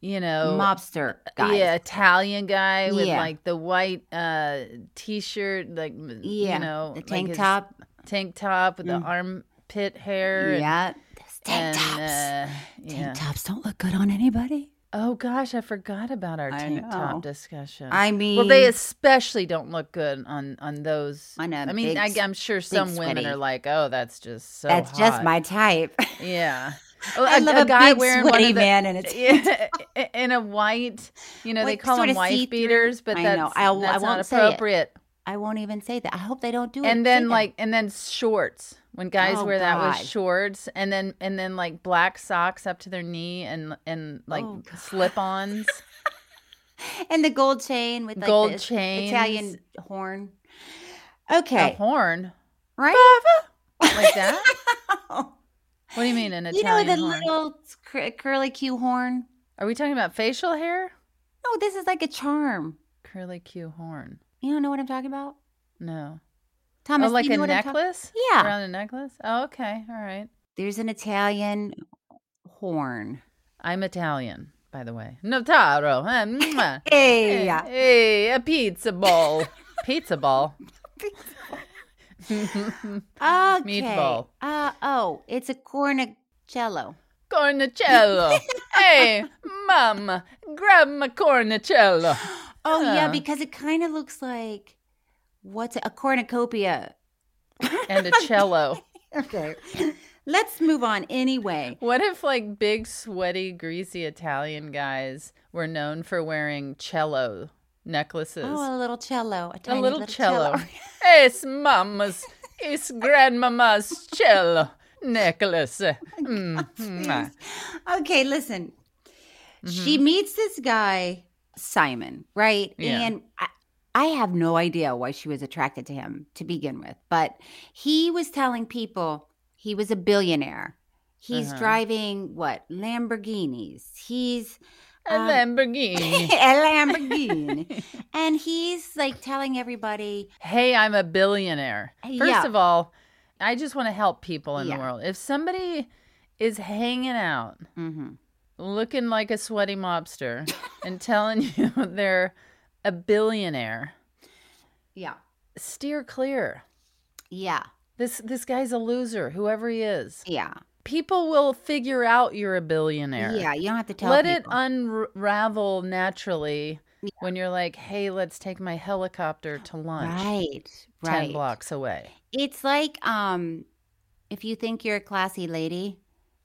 [SPEAKER 2] you know,
[SPEAKER 1] mobster guy.
[SPEAKER 2] Oh, uh, Yeah, Italian guy with
[SPEAKER 1] Yeah.
[SPEAKER 2] like the white uh t-shirt, like m-
[SPEAKER 1] yeah.
[SPEAKER 2] you know,
[SPEAKER 1] the
[SPEAKER 2] like
[SPEAKER 1] tank
[SPEAKER 2] his
[SPEAKER 1] top.
[SPEAKER 2] tank top with
[SPEAKER 1] Mm.
[SPEAKER 2] the armpit hair. and-
[SPEAKER 1] Yeah, Those tank
[SPEAKER 2] and,
[SPEAKER 1] tops.
[SPEAKER 2] uh, yeah.
[SPEAKER 1] Tank tops don't look good on anybody.
[SPEAKER 2] Oh gosh, I forgot about our
[SPEAKER 1] I
[SPEAKER 2] tank
[SPEAKER 1] know.
[SPEAKER 2] top discussion.
[SPEAKER 1] I mean,
[SPEAKER 2] well, they especially don't look good on on those.
[SPEAKER 1] On a
[SPEAKER 2] I mean,
[SPEAKER 1] big
[SPEAKER 2] I,
[SPEAKER 1] s-
[SPEAKER 2] I'm sure some women
[SPEAKER 1] sweaty.
[SPEAKER 2] are like, "Oh, that's just so."
[SPEAKER 1] that's just
[SPEAKER 2] hot."
[SPEAKER 1] my type.
[SPEAKER 2] Yeah.
[SPEAKER 1] I
[SPEAKER 2] A-
[SPEAKER 1] love a, big sweaty man, and it's
[SPEAKER 2] yeah, in a white, you know, they
[SPEAKER 1] Like,
[SPEAKER 2] call
[SPEAKER 1] sorta
[SPEAKER 2] them wife
[SPEAKER 1] see-through.
[SPEAKER 2] beaters, but
[SPEAKER 1] I
[SPEAKER 2] that's,
[SPEAKER 1] know. I w- I
[SPEAKER 2] that's
[SPEAKER 1] won't
[SPEAKER 2] not
[SPEAKER 1] say it.
[SPEAKER 2] appropriate.
[SPEAKER 1] I won't even say that. I hope they don't do it.
[SPEAKER 2] and then
[SPEAKER 1] Say that.
[SPEAKER 2] like and then shorts when guys
[SPEAKER 1] Oh,
[SPEAKER 2] wear that
[SPEAKER 1] God.
[SPEAKER 2] with shorts and then and then like black socks up to their knee and and like
[SPEAKER 1] Oh, God.
[SPEAKER 2] slip-ons
[SPEAKER 1] and the gold chain with like
[SPEAKER 2] Gold
[SPEAKER 1] the
[SPEAKER 2] chains. Oh.
[SPEAKER 1] Italian horn.
[SPEAKER 2] a
[SPEAKER 1] Okay,
[SPEAKER 2] horn
[SPEAKER 1] right?
[SPEAKER 2] like that what do you mean an
[SPEAKER 1] you know
[SPEAKER 2] Italian
[SPEAKER 1] the
[SPEAKER 2] horn?
[SPEAKER 1] little cur- curly Q horn.
[SPEAKER 2] are we talking about facial hair
[SPEAKER 1] No, this is like a charm.
[SPEAKER 2] curly Q horn
[SPEAKER 1] You don't know what I'm talking about,
[SPEAKER 2] no
[SPEAKER 1] Thomas?
[SPEAKER 2] oh like
[SPEAKER 1] you know
[SPEAKER 2] a
[SPEAKER 1] what I'm talk-
[SPEAKER 2] necklace
[SPEAKER 1] Yeah.
[SPEAKER 2] around a necklace oh okay all right
[SPEAKER 1] There's an Italian horn.
[SPEAKER 2] I'm Italian by the way Notaro eh, mwah.
[SPEAKER 1] Hey,
[SPEAKER 2] Hey, hey, a pizza ball. pizza ball.
[SPEAKER 1] okay.
[SPEAKER 2] Meatball.
[SPEAKER 1] Uh, oh, it's a cornicello.
[SPEAKER 2] Cornicello. hey, mama, grab my cornicello.
[SPEAKER 1] Oh yeah,
[SPEAKER 2] Huh.
[SPEAKER 1] because it kind of looks like what's a cornucopia.
[SPEAKER 2] And a cello.
[SPEAKER 1] Okay. Let's move on anyway.
[SPEAKER 2] What if, like, big, sweaty, greasy Italian guys were known for wearing cello necklaces?
[SPEAKER 1] Oh, a little cello. A,
[SPEAKER 2] a
[SPEAKER 1] tiny
[SPEAKER 2] little, cello.
[SPEAKER 1] cello.
[SPEAKER 2] it's mama's, it's grandmama's cello necklace. Mm, mwah.
[SPEAKER 1] okay, listen. She meets this guy, Simon, right?
[SPEAKER 2] Mm-hmm. Yeah.
[SPEAKER 1] And I, I have no idea why she was attracted to him to begin with, but he was telling people he was a billionaire. He's
[SPEAKER 2] Uh-huh.
[SPEAKER 1] driving what? Lamborghinis. He's
[SPEAKER 2] A
[SPEAKER 1] Um, a
[SPEAKER 2] Lamborghini.
[SPEAKER 1] Lamborghini. and he's like telling everybody,
[SPEAKER 2] hey, I'm a billionaire.
[SPEAKER 1] Hey,
[SPEAKER 2] First
[SPEAKER 1] yeah.
[SPEAKER 2] of all, I just want to help people in
[SPEAKER 1] Yeah.
[SPEAKER 2] the world. If somebody is hanging out Mm-hmm.
[SPEAKER 1] Mhm.
[SPEAKER 2] looking like a sweaty mobster and telling you they're a billionaire,
[SPEAKER 1] yeah,
[SPEAKER 2] steer clear.
[SPEAKER 1] yeah,
[SPEAKER 2] This this guy's a loser, whoever he is.
[SPEAKER 1] yeah,
[SPEAKER 2] People will figure out you're a billionaire.
[SPEAKER 1] yeah. You don't have to tell
[SPEAKER 2] Let it
[SPEAKER 1] people.
[SPEAKER 2] unravel naturally when you're like, "Hey, let's take my helicopter to lunch."
[SPEAKER 1] right,
[SPEAKER 2] 10
[SPEAKER 1] right.
[SPEAKER 2] blocks away.
[SPEAKER 1] It's like um if you think you're a classy lady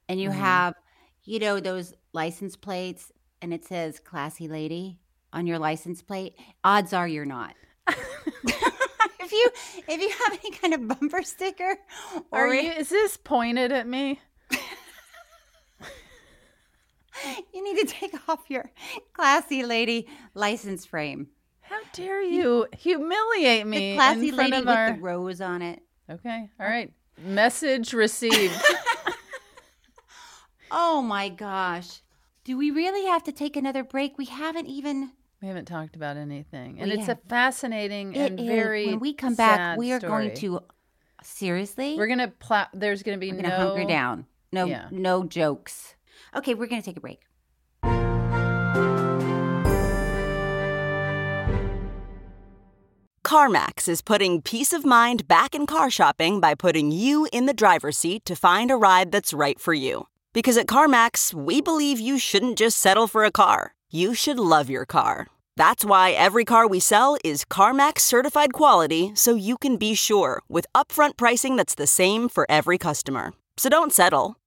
[SPEAKER 1] and you
[SPEAKER 2] Mhm.
[SPEAKER 1] have, you know, those license plates and it says classy lady on your license plate, odds are you're not. if you if you have any kind of bumper sticker or
[SPEAKER 2] Are you, is this pointed at me?
[SPEAKER 1] you need to take off your classy lady license frame.
[SPEAKER 2] How dare you humiliate
[SPEAKER 1] The
[SPEAKER 2] me
[SPEAKER 1] classy
[SPEAKER 2] in front
[SPEAKER 1] lady
[SPEAKER 2] of
[SPEAKER 1] with
[SPEAKER 2] our?
[SPEAKER 1] the rose on it.
[SPEAKER 2] Okay, all right. Message received.
[SPEAKER 1] Oh my gosh. Do we really have to take another break? We haven't even
[SPEAKER 2] we haven't talked about anything, and
[SPEAKER 1] We
[SPEAKER 2] it's
[SPEAKER 1] have-
[SPEAKER 2] a fascinating
[SPEAKER 1] It
[SPEAKER 2] and
[SPEAKER 1] is.
[SPEAKER 2] very.
[SPEAKER 1] when we come back
[SPEAKER 2] sad
[SPEAKER 1] we are going
[SPEAKER 2] story.
[SPEAKER 1] to seriously
[SPEAKER 2] We're gonna plow. There's gonna be
[SPEAKER 1] we're
[SPEAKER 2] no
[SPEAKER 1] gonna hunker down no
[SPEAKER 2] Yeah.
[SPEAKER 1] no jokes okay we're gonna take a break
[SPEAKER 7] CarMax is putting peace of mind back in car shopping by putting you in the driver's seat to find a ride that's right for you. Because at CarMax, we believe you shouldn't just settle for a car, you should love your car. That's why every car we sell is CarMax certified quality so you can be sure with upfront pricing that's the same for every customer. So don't settle.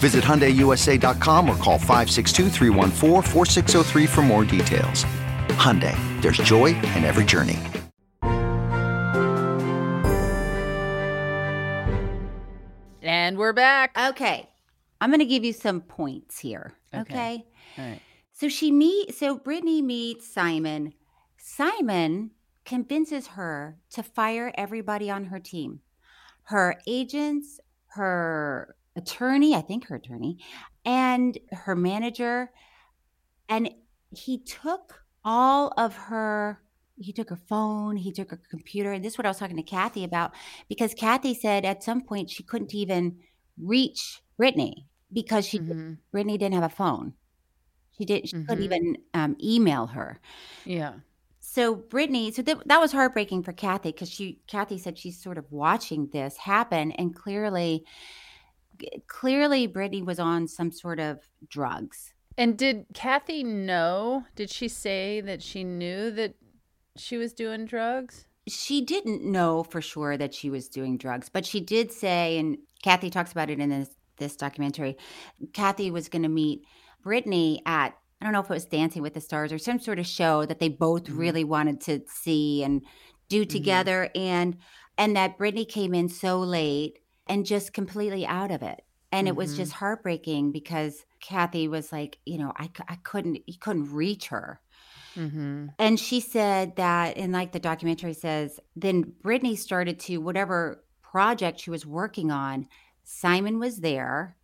[SPEAKER 8] Visit HyundaiUSA.com or call 562-314-4603 for more details. Hyundai, there's joy in every journey.
[SPEAKER 2] And we're back.
[SPEAKER 1] Uh, okay i'm gonna give you some points here okay,
[SPEAKER 2] Okay. All right.
[SPEAKER 1] so she meet so brittany meets simon simon convinces her to fire everybody on her team her agents her attorney i think her attorney and her manager and he took all of her he took her phone he took her computer and this is what i was talking to kathy about because kathy said at some point she couldn't even reach brittany because she
[SPEAKER 2] Mhm.
[SPEAKER 1] brittany didn't have a phone she did she couldn't
[SPEAKER 2] Mhm.
[SPEAKER 1] even um, email her
[SPEAKER 2] Yeah.
[SPEAKER 1] so Brittany, so th- that was heartbreaking for Kathy because she, Kathy said she's sort of watching this happen, and clearly, clearly Brittany was on some sort of drugs.
[SPEAKER 2] And did Kathy know? Did she say that she knew that she was doing drugs?
[SPEAKER 1] She didn't know for sure that she was doing drugs, but she did say, and Kathy talks about it in this, this documentary. Kathy was going to meet Brittany at I don't know if it was Dancing with the Stars or some sort of show that they both mm-hmm. really wanted to see and do together mm-hmm. and and that Brittany came in so late and just completely out of it. And mm-hmm. it was just heartbreaking because Kathy was like, you know, I, I couldn't, you couldn't reach her.
[SPEAKER 2] Mm-hmm.
[SPEAKER 1] And she said that, and like the documentary says, then Brittany started to whatever project she was working on, Simon was there.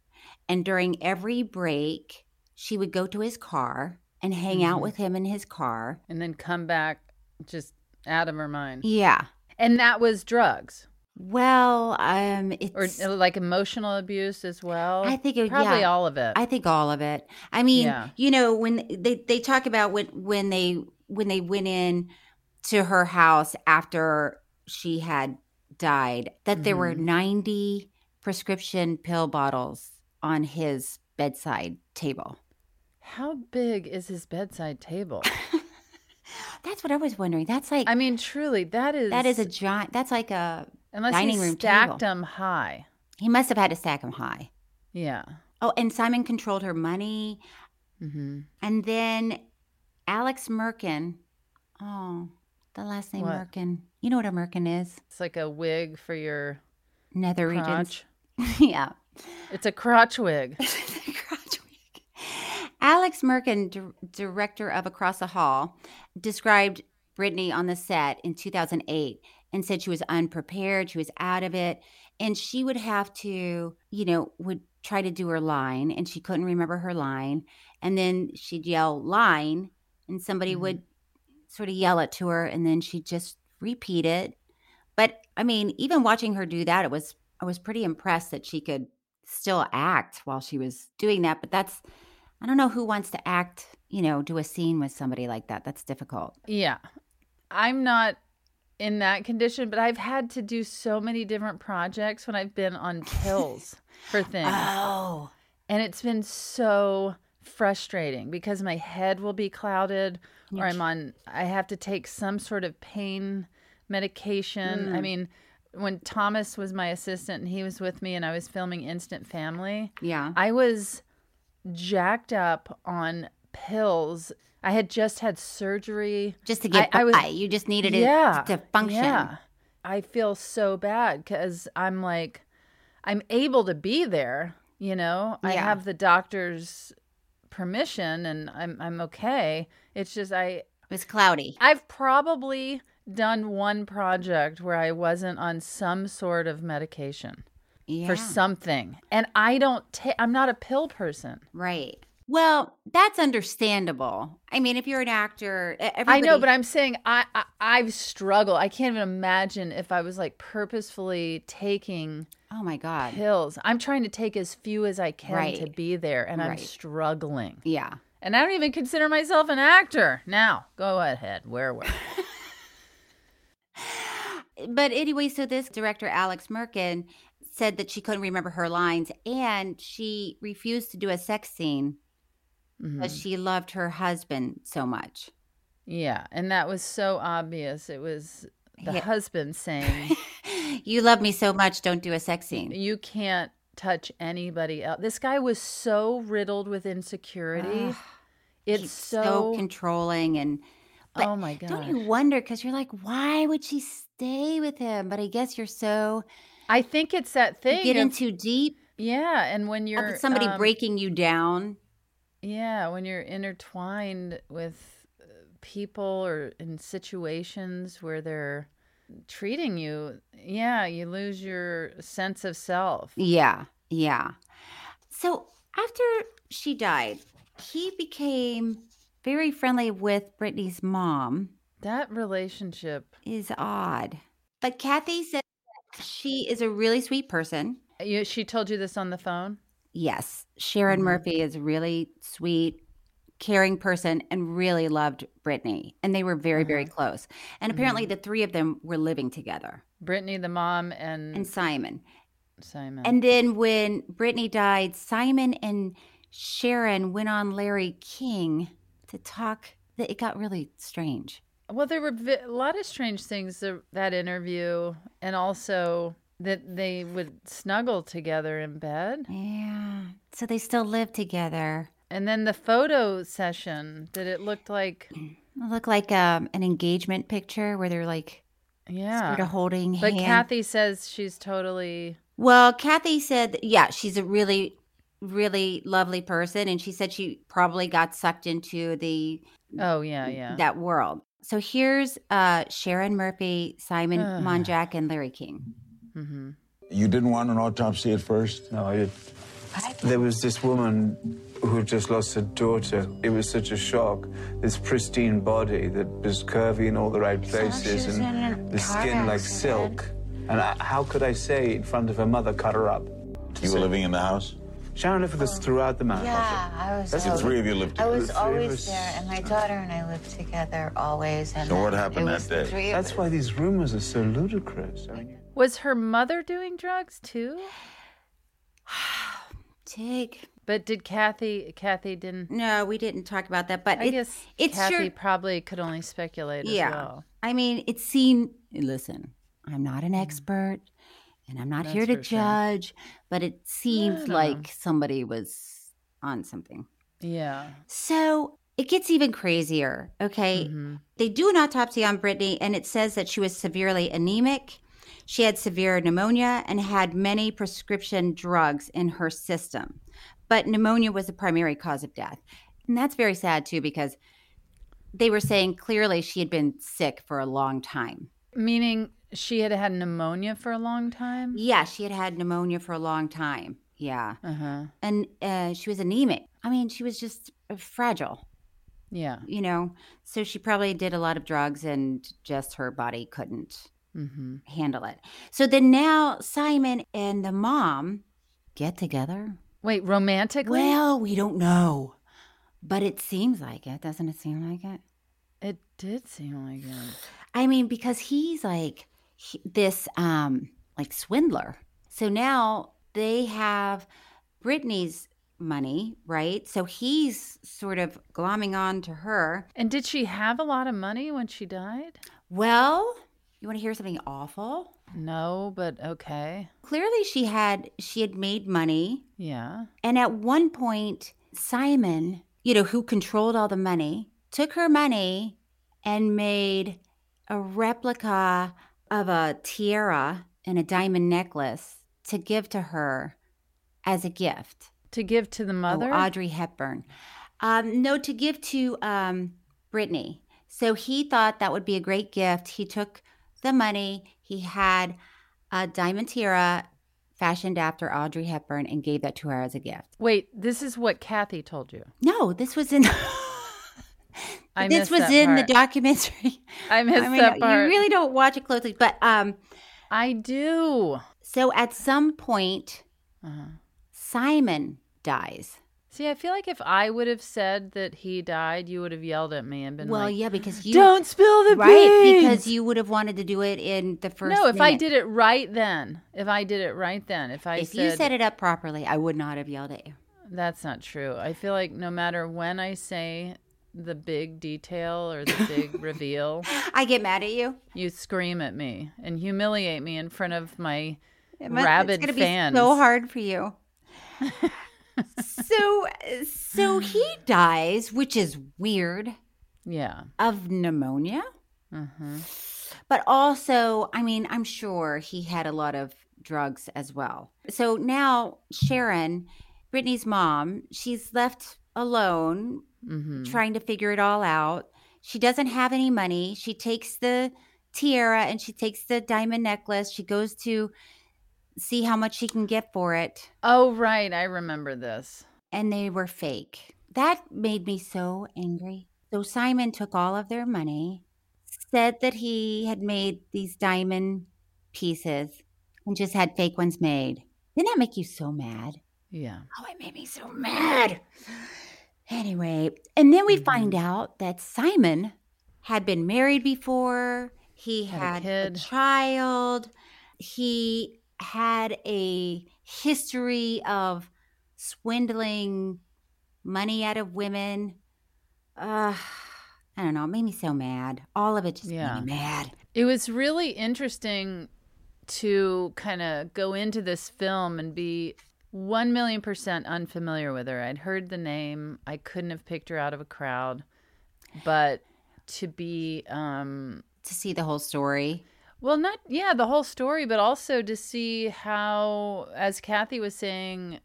[SPEAKER 1] And during every break, she would go to his car and hang mm-hmm. out with him in his car
[SPEAKER 2] and then come back just out of her mind
[SPEAKER 1] yeah
[SPEAKER 2] and that was drugs
[SPEAKER 1] well um
[SPEAKER 2] it's or uh, like emotional abuse as well
[SPEAKER 1] i think it,
[SPEAKER 2] probably
[SPEAKER 1] yeah.
[SPEAKER 2] all of it
[SPEAKER 1] i think all of it i mean yeah. you know when they they talk about when when they when they went in to her house after she had died that mm-hmm. there were 90 prescription pill bottles on his bedside table
[SPEAKER 2] how big is his bedside table?
[SPEAKER 1] that's what I was wondering. That's like
[SPEAKER 2] I mean, truly, that is
[SPEAKER 1] that is a giant. That's like a
[SPEAKER 2] unless
[SPEAKER 1] dining
[SPEAKER 2] he
[SPEAKER 1] room
[SPEAKER 2] stacked
[SPEAKER 1] table.
[SPEAKER 2] him high.
[SPEAKER 1] He must have had to stack him high.
[SPEAKER 2] Yeah.
[SPEAKER 1] Oh, and Simon controlled her money,
[SPEAKER 2] mm-hmm.
[SPEAKER 1] and then Alex Merkin. Oh, the last name what? Merkin. You know what a Merkin is?
[SPEAKER 2] It's like a wig for your
[SPEAKER 1] nether
[SPEAKER 2] crotch.
[SPEAKER 1] regions. yeah.
[SPEAKER 2] It's a crotch wig.
[SPEAKER 1] Alex Merkin, d- director of Across the Hall, described Brittany on the set in 2008 and said she was unprepared, she was out of it, and she would have to, you know, would try to do her line and she couldn't remember her line. And then she'd yell, line, and somebody mm-hmm. would sort of yell it to her and then she'd just repeat it. But I mean, even watching her do that, it was, I was pretty impressed that she could still act while she was doing that. But that's, I don't know who wants to act, you know, do a scene with somebody like that. That's difficult.
[SPEAKER 2] Yeah. I'm not in that condition, but I've had to do so many different projects when I've been on pills for things.
[SPEAKER 1] Oh.
[SPEAKER 2] And it's been so frustrating because my head will be clouded or I'm on I have to take some sort of pain medication. Mm. I mean, when Thomas was my assistant and he was with me and I was filming Instant Family.
[SPEAKER 1] Yeah.
[SPEAKER 2] I was jacked up on pills. I had just had surgery.
[SPEAKER 1] Just to get, I, I was, I, you just needed yeah, it to function. Yeah.
[SPEAKER 2] I feel so bad because I'm like, I'm able to be there. You know, yeah. I have the doctor's permission and I'm, I'm okay. It's just, I,
[SPEAKER 1] it's cloudy.
[SPEAKER 2] I've probably done one project where I wasn't on some sort of medication. Yeah. for something. And I don't take, I'm not a pill person.
[SPEAKER 1] Right. Well, that's understandable. I mean, if you're an actor, e,
[SPEAKER 2] I know, but I'm saying I, I I've struggled. I can't even imagine if I was like purposefully taking
[SPEAKER 1] oh my god
[SPEAKER 2] pills. I'm trying to take as few as I can right. to be there, and right. I'm struggling.
[SPEAKER 1] Yeah,
[SPEAKER 2] and I don't even consider myself an actor now. Go ahead, where were?
[SPEAKER 1] but anyway, so this director Alex Merkin said that she couldn't remember her lines and she refused to do a sex scene mm-hmm. because she loved her husband so much.
[SPEAKER 2] Yeah, and that was so obvious. It was the yeah. husband saying,
[SPEAKER 1] "You love me so much, don't do a sex scene.
[SPEAKER 2] You can't touch anybody else." This guy was so riddled with insecurity. Uh, it's so...
[SPEAKER 1] so... controlling and
[SPEAKER 2] but oh my god!
[SPEAKER 1] Don't you wonder? Because you're like, why would she stay with him? But I guess you're so
[SPEAKER 2] I think it's that thing.
[SPEAKER 1] You get in too deep. Oh,
[SPEAKER 2] Yeah, and when you're
[SPEAKER 1] somebody um, breaking you down.
[SPEAKER 2] Yeah, when you're intertwined with uh, people or in situations where they're treating you, yeah, you lose your sense of self.
[SPEAKER 1] Yeah, yeah. So after she died, he became very friendly with Brittany's mom.
[SPEAKER 2] That relationship
[SPEAKER 1] is odd. But Kathy said she is a really sweet person.
[SPEAKER 2] You, she told you this on the phone?
[SPEAKER 1] Yes. Sharon mm-hmm. Murphy is really sweet, caring person and really loved Brittany. And they were very, very close. And apparently the three of them were living together.
[SPEAKER 2] Brittany, the mom, and
[SPEAKER 1] And Simon.
[SPEAKER 2] Simon.
[SPEAKER 1] And then when Brittany died, Simon and Sharon went on Larry King to talk. That It got really strange.
[SPEAKER 2] Well, there were vi- a lot of strange things tha- that interview, and also that they would snuggle together in bed.
[SPEAKER 1] Yeah. So they still live together.
[SPEAKER 2] And then the photo session that it looked like,
[SPEAKER 1] It looked like um, an engagement picture where they're like
[SPEAKER 2] yeah,
[SPEAKER 1] sort of holding
[SPEAKER 2] But
[SPEAKER 1] hand.
[SPEAKER 2] Kathy says she's totally
[SPEAKER 1] Well, Kathy said, that- yeah, she's a really, really lovely person. And she said she probably got sucked into the
[SPEAKER 2] Oh yeah, yeah.
[SPEAKER 1] that world. So here's uh, Sharon Murphy, Simon Monjack, and Larry King.
[SPEAKER 9] You didn't want an autopsy at first?
[SPEAKER 10] No, I did. There was this woman who just lost her daughter. It was such a shock. This pristine body that was curvy in all the right places
[SPEAKER 4] was in a
[SPEAKER 10] and the
[SPEAKER 4] car
[SPEAKER 10] skin like silk. And I, how could I say in front of her mother, cut her up?
[SPEAKER 9] You were living in the house?
[SPEAKER 10] Sharon lived with us throughout the marathon.
[SPEAKER 11] Yeah, I was.
[SPEAKER 9] That's the
[SPEAKER 11] always-
[SPEAKER 9] three of you lived
[SPEAKER 11] I
[SPEAKER 9] together.
[SPEAKER 11] was
[SPEAKER 9] The three of
[SPEAKER 11] always
[SPEAKER 9] us-
[SPEAKER 11] there, and my daughter and I lived together always. And
[SPEAKER 9] So what
[SPEAKER 11] then
[SPEAKER 9] happened
[SPEAKER 11] it
[SPEAKER 9] that
[SPEAKER 11] was the
[SPEAKER 9] day?
[SPEAKER 11] Three of
[SPEAKER 10] That's why these rumors are so ludicrous. I mean,
[SPEAKER 2] Was her mother doing drugs too?
[SPEAKER 1] Take.
[SPEAKER 2] But did Kathy? Kathy didn't.
[SPEAKER 1] No, we didn't talk about that, but
[SPEAKER 2] I
[SPEAKER 1] it-
[SPEAKER 2] guess
[SPEAKER 1] it's
[SPEAKER 2] Kathy
[SPEAKER 1] sure-
[SPEAKER 2] probably could only speculate.
[SPEAKER 1] yeah.
[SPEAKER 2] As well. Mm.
[SPEAKER 1] I mean, it seemed, listen, I'm not an expert and I'm not here
[SPEAKER 2] That's
[SPEAKER 1] to
[SPEAKER 2] for sure.
[SPEAKER 1] judge, but it seems
[SPEAKER 2] no, no.
[SPEAKER 1] like somebody was on something.
[SPEAKER 2] Yeah.
[SPEAKER 1] So it gets even crazier. Okay. They do an autopsy on Brittany, and it says that she was severely anemic. She had severe pneumonia and had many prescription drugs in her system. But pneumonia was the primary cause of death. And that's very sad, too, because they were saying clearly she had been sick for a long time.
[SPEAKER 2] Meaning she had had pneumonia for a long time.
[SPEAKER 1] Yeah, she had had pneumonia for a long time. Yeah.
[SPEAKER 2] Uh-huh.
[SPEAKER 1] And uh, she was anemic. I mean, she was just uh, fragile.
[SPEAKER 2] Yeah.
[SPEAKER 1] you know so she probably did a lot of drugs and just her body couldn't
[SPEAKER 2] Mm-hmm.
[SPEAKER 1] handle it so then now simon and the mom get together
[SPEAKER 2] Wait, romantically?
[SPEAKER 1] well we don't know but it seems like it doesn't it seem like it
[SPEAKER 2] It did seem like it.
[SPEAKER 1] i mean because he's like he- this um like swindler so now they have brittany's money right so he's sort of glomming on to her
[SPEAKER 2] And did she have a lot of money when she died?
[SPEAKER 1] well you want to hear something awful
[SPEAKER 2] No, but okay.
[SPEAKER 1] clearly she had she had made money
[SPEAKER 2] Yeah.
[SPEAKER 1] and at one point simon you know who controlled all the money took her money and made a replica of a tiara and a diamond necklace to give to her as a gift
[SPEAKER 2] To give to the
[SPEAKER 1] Oh,
[SPEAKER 2] mother?
[SPEAKER 1] audrey hepburn um, no to give to um, brittany so he thought that would be a great gift he took the money he had a diamond tiara fashioned after audrey hepburn and gave that to her as a gift
[SPEAKER 2] Wait, this is what Kathy told you.
[SPEAKER 1] no this was in
[SPEAKER 2] I
[SPEAKER 1] this
[SPEAKER 2] missed
[SPEAKER 1] was
[SPEAKER 2] that
[SPEAKER 1] in
[SPEAKER 2] part.
[SPEAKER 1] the documentary
[SPEAKER 2] I missed
[SPEAKER 1] mean,
[SPEAKER 2] that part.
[SPEAKER 1] you really don't watch it closely but um
[SPEAKER 2] I do.
[SPEAKER 1] so at some point
[SPEAKER 2] Uh-huh.
[SPEAKER 1] simon dies
[SPEAKER 2] See, I feel like if I would have said that he died, you would have yelled at me and been
[SPEAKER 1] well
[SPEAKER 2] like,
[SPEAKER 1] yeah because you
[SPEAKER 2] "Don't spill the
[SPEAKER 1] right
[SPEAKER 2] beans!"
[SPEAKER 1] because you would have wanted to do it in the first
[SPEAKER 2] No, if I
[SPEAKER 1] minute.
[SPEAKER 2] did it right then, if I did it right then, if I
[SPEAKER 1] if
[SPEAKER 2] said,
[SPEAKER 1] you set it up properly, I would not have yelled at you.
[SPEAKER 2] that's not true. I feel like no matter when I say the big detail or the big reveal,
[SPEAKER 1] I get mad at you.
[SPEAKER 2] you scream at me and humiliate me in front of my
[SPEAKER 1] It must-
[SPEAKER 2] rabid
[SPEAKER 1] it's gonna
[SPEAKER 2] fans.
[SPEAKER 1] Be so hard for you. so so he dies, which is weird,
[SPEAKER 2] Yeah.
[SPEAKER 1] of pneumonia.
[SPEAKER 2] Mm-hmm.
[SPEAKER 1] But also, I mean, I'm sure he had a lot of drugs as well. So now Sharon, Brittany's mom, she's left alone
[SPEAKER 2] Mm-hmm.
[SPEAKER 1] trying to figure it all out. She doesn't have any money. She takes the tiara and she takes the diamond necklace. She goes to see how much she can get for it.
[SPEAKER 2] Oh, right. I remember this.
[SPEAKER 1] And they were fake. That made me so angry. So Simon took all of their money, said that he had made these diamond pieces and just had fake ones made. Didn't that make you so mad?
[SPEAKER 2] Yeah.
[SPEAKER 1] Oh, it made me so mad. Anyway, and then we find
[SPEAKER 2] Mm-hmm.
[SPEAKER 1] out that Simon had been married before. He had, a, child. He had a history of swindling money out of women. Uh, I don't know. It made me so mad. All of it just made me mad.
[SPEAKER 2] It was really interesting to kind of go into this film and be 1 million percent unfamiliar with her. I'd heard the name, I couldn't have picked her out of a crowd, but to be um
[SPEAKER 1] to see the whole story.
[SPEAKER 2] Well, not yeah, the whole story, but also to see how as Kathy was saying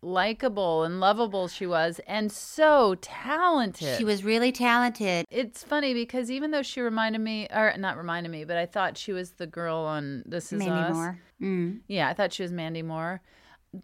[SPEAKER 2] likable and lovable she was and so talented.
[SPEAKER 1] She was really talented.
[SPEAKER 2] It's funny because even though she reminded me, or not reminded me, but I thought she was the girl on This Is
[SPEAKER 1] Mandy
[SPEAKER 2] Us.
[SPEAKER 1] Moore. Mm.
[SPEAKER 2] Yeah, I thought she was Mandy Moore.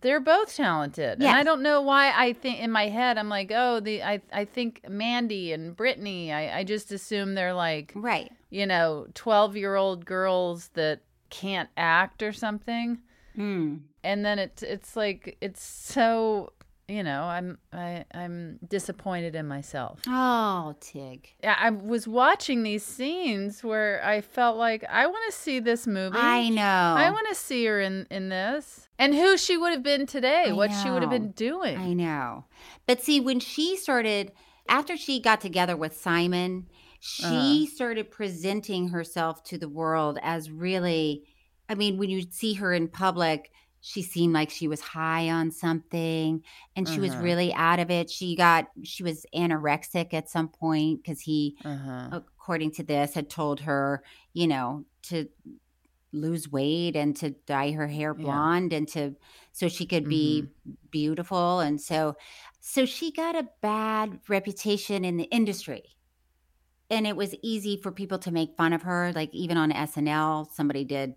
[SPEAKER 2] They're both talented,
[SPEAKER 1] Yes.
[SPEAKER 2] and I don't know why. I think in my head, I'm like, oh, the I I think Mandy and Brittany. I I just assume they're like
[SPEAKER 1] right,
[SPEAKER 2] you know, twelve year old girls that can't act or something.
[SPEAKER 1] Mm.
[SPEAKER 2] And then it's it's like it's so you know I'm I I'm disappointed in myself.
[SPEAKER 1] Oh, Tig.
[SPEAKER 2] Yeah, I was watching these scenes where I felt like I want to see this movie.
[SPEAKER 1] I know.
[SPEAKER 2] I want to see her in in this. And who she would have been today,
[SPEAKER 1] I
[SPEAKER 2] what she would have
[SPEAKER 1] know.
[SPEAKER 2] been doing.
[SPEAKER 1] I know. But see, when she started, after she got together with Simon,
[SPEAKER 2] Uh.
[SPEAKER 1] she started presenting herself to the world as really, I mean, when you'd see her in public, she seemed like she was high on something and she was
[SPEAKER 2] Uh-huh.
[SPEAKER 1] really out of it. She got, she was anorexic at some point because he,
[SPEAKER 2] Uh-huh.
[SPEAKER 1] according to this, had told her, you know, to lose weight and to dye her hair blonde and to so she could be
[SPEAKER 2] Mm-hmm.
[SPEAKER 1] beautiful and so so she got a bad reputation in the industry and it was easy for people to make fun of her like even on SNL somebody did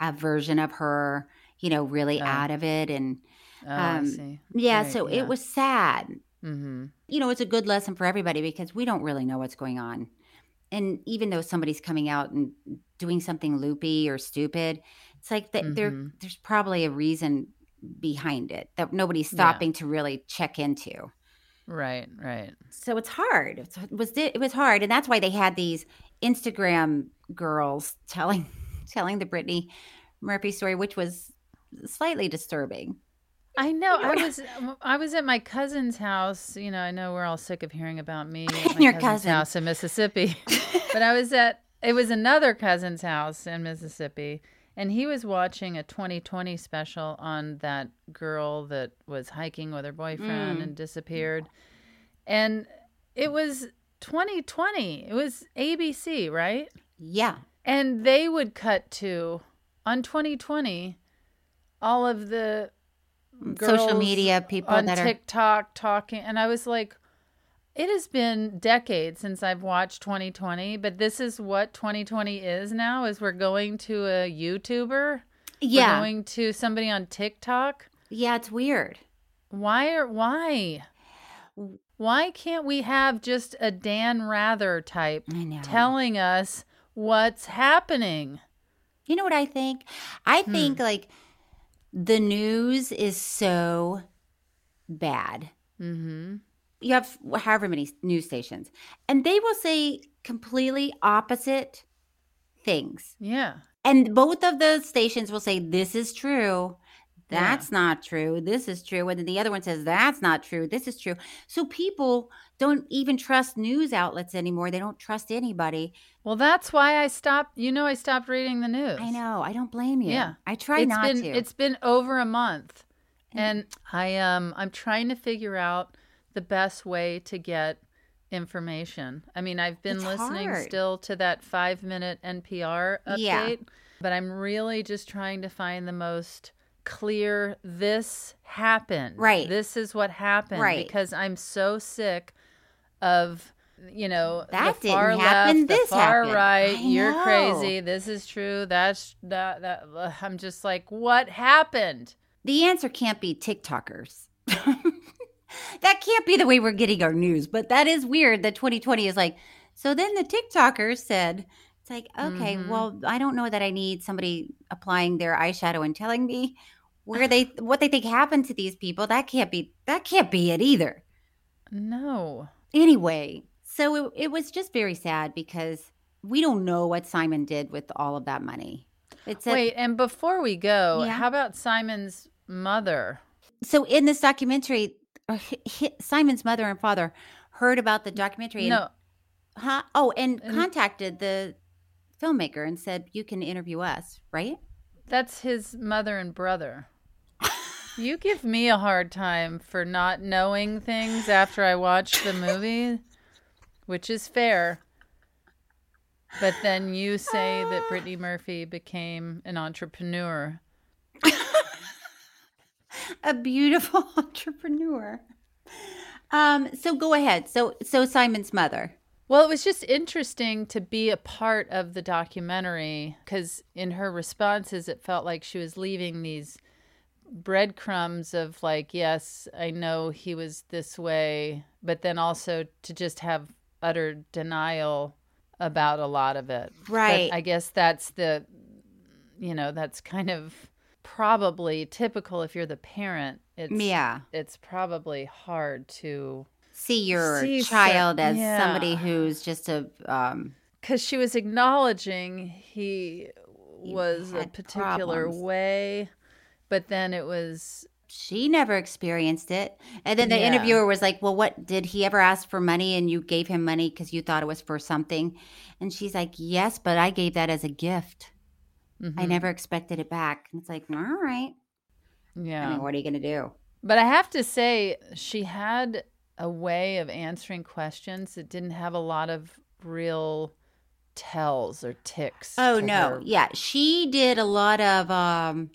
[SPEAKER 1] a version of her you know really out of it and
[SPEAKER 2] Oh, I
[SPEAKER 1] um,
[SPEAKER 2] see.
[SPEAKER 1] yeah
[SPEAKER 2] Right,
[SPEAKER 1] so
[SPEAKER 2] yeah.
[SPEAKER 1] it was sad
[SPEAKER 2] Mhm.
[SPEAKER 1] you know, it's a good lesson for everybody because we don't really know what's going on. And even though somebody's coming out and doing something loopy or stupid, it's like th- there,
[SPEAKER 2] Mhm.
[SPEAKER 1] there's probably a reason behind it that nobody's stopping to really check into.
[SPEAKER 2] Right, right.
[SPEAKER 1] So it's hard. It's- It was it was hard, and that's why they had these Instagram girls telling telling the Brittany Murphy story, which was slightly disturbing.
[SPEAKER 2] I know. I was um, I was at my cousin's house. You know, I know we're all sick of hearing about me at my
[SPEAKER 1] Your
[SPEAKER 2] cousin's
[SPEAKER 1] cousin.
[SPEAKER 2] house in Mississippi, but I was at it was another cousin's house in Mississippi, and he was watching a 2020 special on that girl that was hiking with her boyfriend
[SPEAKER 1] Mm.
[SPEAKER 2] and disappeared, and it was 2020. It was ABC, right?
[SPEAKER 1] Yeah,
[SPEAKER 2] And they would cut to on 2020 all of the
[SPEAKER 1] social
[SPEAKER 2] girls
[SPEAKER 1] media people
[SPEAKER 2] on
[SPEAKER 1] that are
[SPEAKER 2] TikTok talking, and I was like, it has been decades since I've watched 2020, but this is what 2020 is now: is we're going to a YouTuber,
[SPEAKER 1] Yeah.
[SPEAKER 2] we're going to somebody on TikTok.
[SPEAKER 1] yeah, it's weird.
[SPEAKER 2] Why are why? Why can't we have just a Dan Rather type telling us what's happening?
[SPEAKER 1] You know what I think? I
[SPEAKER 2] Hmm.
[SPEAKER 1] think like the news is so bad.
[SPEAKER 2] Mm-hmm.
[SPEAKER 1] You have however many news stations, and they will say completely opposite things.
[SPEAKER 2] Yeah.
[SPEAKER 1] And both of the stations will say, This is true. That's not true. This is true. And then the other one says, That's not true. This is true. So people don't even trust news outlets anymore. They don't trust anybody.
[SPEAKER 2] Well, that's why I stopped. You know, I stopped reading the news.
[SPEAKER 1] I know. I don't blame you.
[SPEAKER 2] Yeah,
[SPEAKER 1] I try
[SPEAKER 2] It's
[SPEAKER 1] not
[SPEAKER 2] been,
[SPEAKER 1] to.
[SPEAKER 2] It's been over a month, and I um I'm trying to figure out the best way to get information. I mean, I've been
[SPEAKER 1] It's
[SPEAKER 2] listening
[SPEAKER 1] hard.
[SPEAKER 2] still to that five minute NPR update,
[SPEAKER 1] Yeah.
[SPEAKER 2] but I'm really just trying to find the most clear. This happened.
[SPEAKER 1] Right.
[SPEAKER 2] This is what happened.
[SPEAKER 1] Right.
[SPEAKER 2] Because I'm so sick of. You know
[SPEAKER 1] That
[SPEAKER 2] the
[SPEAKER 1] didn't
[SPEAKER 2] far
[SPEAKER 1] happen,
[SPEAKER 2] left,
[SPEAKER 1] this
[SPEAKER 2] the far
[SPEAKER 1] happened.
[SPEAKER 2] right.
[SPEAKER 1] I
[SPEAKER 2] You're
[SPEAKER 1] know.
[SPEAKER 2] crazy this is true. That's that. that ugh, I'm just like, what happened?
[SPEAKER 1] The answer can't be TikTokers. that can't be the way we're getting our news, but that is weird that 2020 is like, so then the TikTokers said, it's like, okay, well, I don't know that I need somebody applying their eyeshadow and telling me where they what they think happened to these people. That can't be that can't be it either.
[SPEAKER 2] No.
[SPEAKER 1] Anyway, so it, it was just very sad because we don't know what Simon did with all of that money. It's a-
[SPEAKER 2] Wait, and before we go,
[SPEAKER 1] Yeah.
[SPEAKER 2] how about Simon's mother?
[SPEAKER 1] so in this documentary, uh, hi- hi- Simon's mother and father heard about the documentary. And,
[SPEAKER 2] No.
[SPEAKER 1] Huh? Oh, and contacted the filmmaker and said, "You can interview us, right?"
[SPEAKER 2] That's his mother and brother. you give me a hard time for not knowing things after I watch the movie, which is fair. But then you say that Brittany Murphy became an entrepreneur.
[SPEAKER 1] A beautiful entrepreneur. Um. So go ahead. So so Simon's mother.
[SPEAKER 2] Well, it was just interesting to be a part of the documentary because in her responses, it felt like she was leaving these breadcrumbs of, like, yes, I know he was this way, but then also to just have utter denial about a lot of it. But
[SPEAKER 1] Right.
[SPEAKER 2] I guess that's the, you know, that's kind of probably typical if you're the parent. It's,
[SPEAKER 1] Yeah.
[SPEAKER 2] It's probably hard to
[SPEAKER 1] See your
[SPEAKER 2] See cer-
[SPEAKER 1] child as
[SPEAKER 2] yeah.
[SPEAKER 1] somebody who's just a um
[SPEAKER 2] because she was acknowledging he was a
[SPEAKER 1] had
[SPEAKER 2] particular
[SPEAKER 1] problems.
[SPEAKER 2] way, but then it was
[SPEAKER 1] she never experienced it. And then the
[SPEAKER 2] Yeah.
[SPEAKER 1] interviewer was like, Well, what did he ever ask for money and you gave him money because you thought it was for something? And she's like, Yes, but I gave that as a gift. I
[SPEAKER 2] Mhm.
[SPEAKER 1] never expected it back. And it's like, All right.
[SPEAKER 2] yeah.
[SPEAKER 1] I mean, what are you going to do?
[SPEAKER 2] But I have to say, she had a way of answering questions that didn't have a lot of real tells or ticks.
[SPEAKER 1] Oh,
[SPEAKER 2] to
[SPEAKER 1] no.
[SPEAKER 2] her.
[SPEAKER 1] Yeah. She did a lot of um,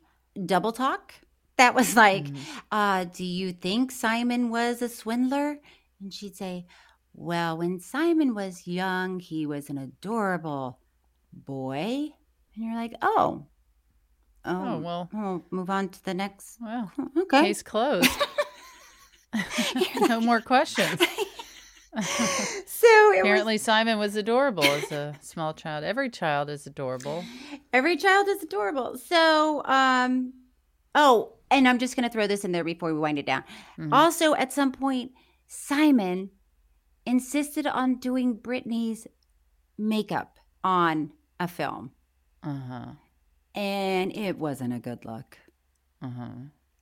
[SPEAKER 1] double talk. That was like,
[SPEAKER 2] Mm-hmm.
[SPEAKER 1] uh, Do you think Simon was a swindler? And she'd say, Well, when Simon was young, he was an adorable boy. And you're like, Oh,
[SPEAKER 2] Oh, well.
[SPEAKER 1] we'll move on to the next. Oh,
[SPEAKER 2] Well,
[SPEAKER 1] okay.
[SPEAKER 2] Case closed. no more questions.
[SPEAKER 1] So it
[SPEAKER 2] Apparently, Simon was adorable as a small child. Every child is adorable.
[SPEAKER 1] Every child is adorable. So, um, oh, and I'm just going to throw this in there before we wind it down. Also, at some point, Simon insisted on doing Britney's makeup on a film,
[SPEAKER 2] Uh huh.
[SPEAKER 1] and it wasn't a good look.
[SPEAKER 2] Uh huh.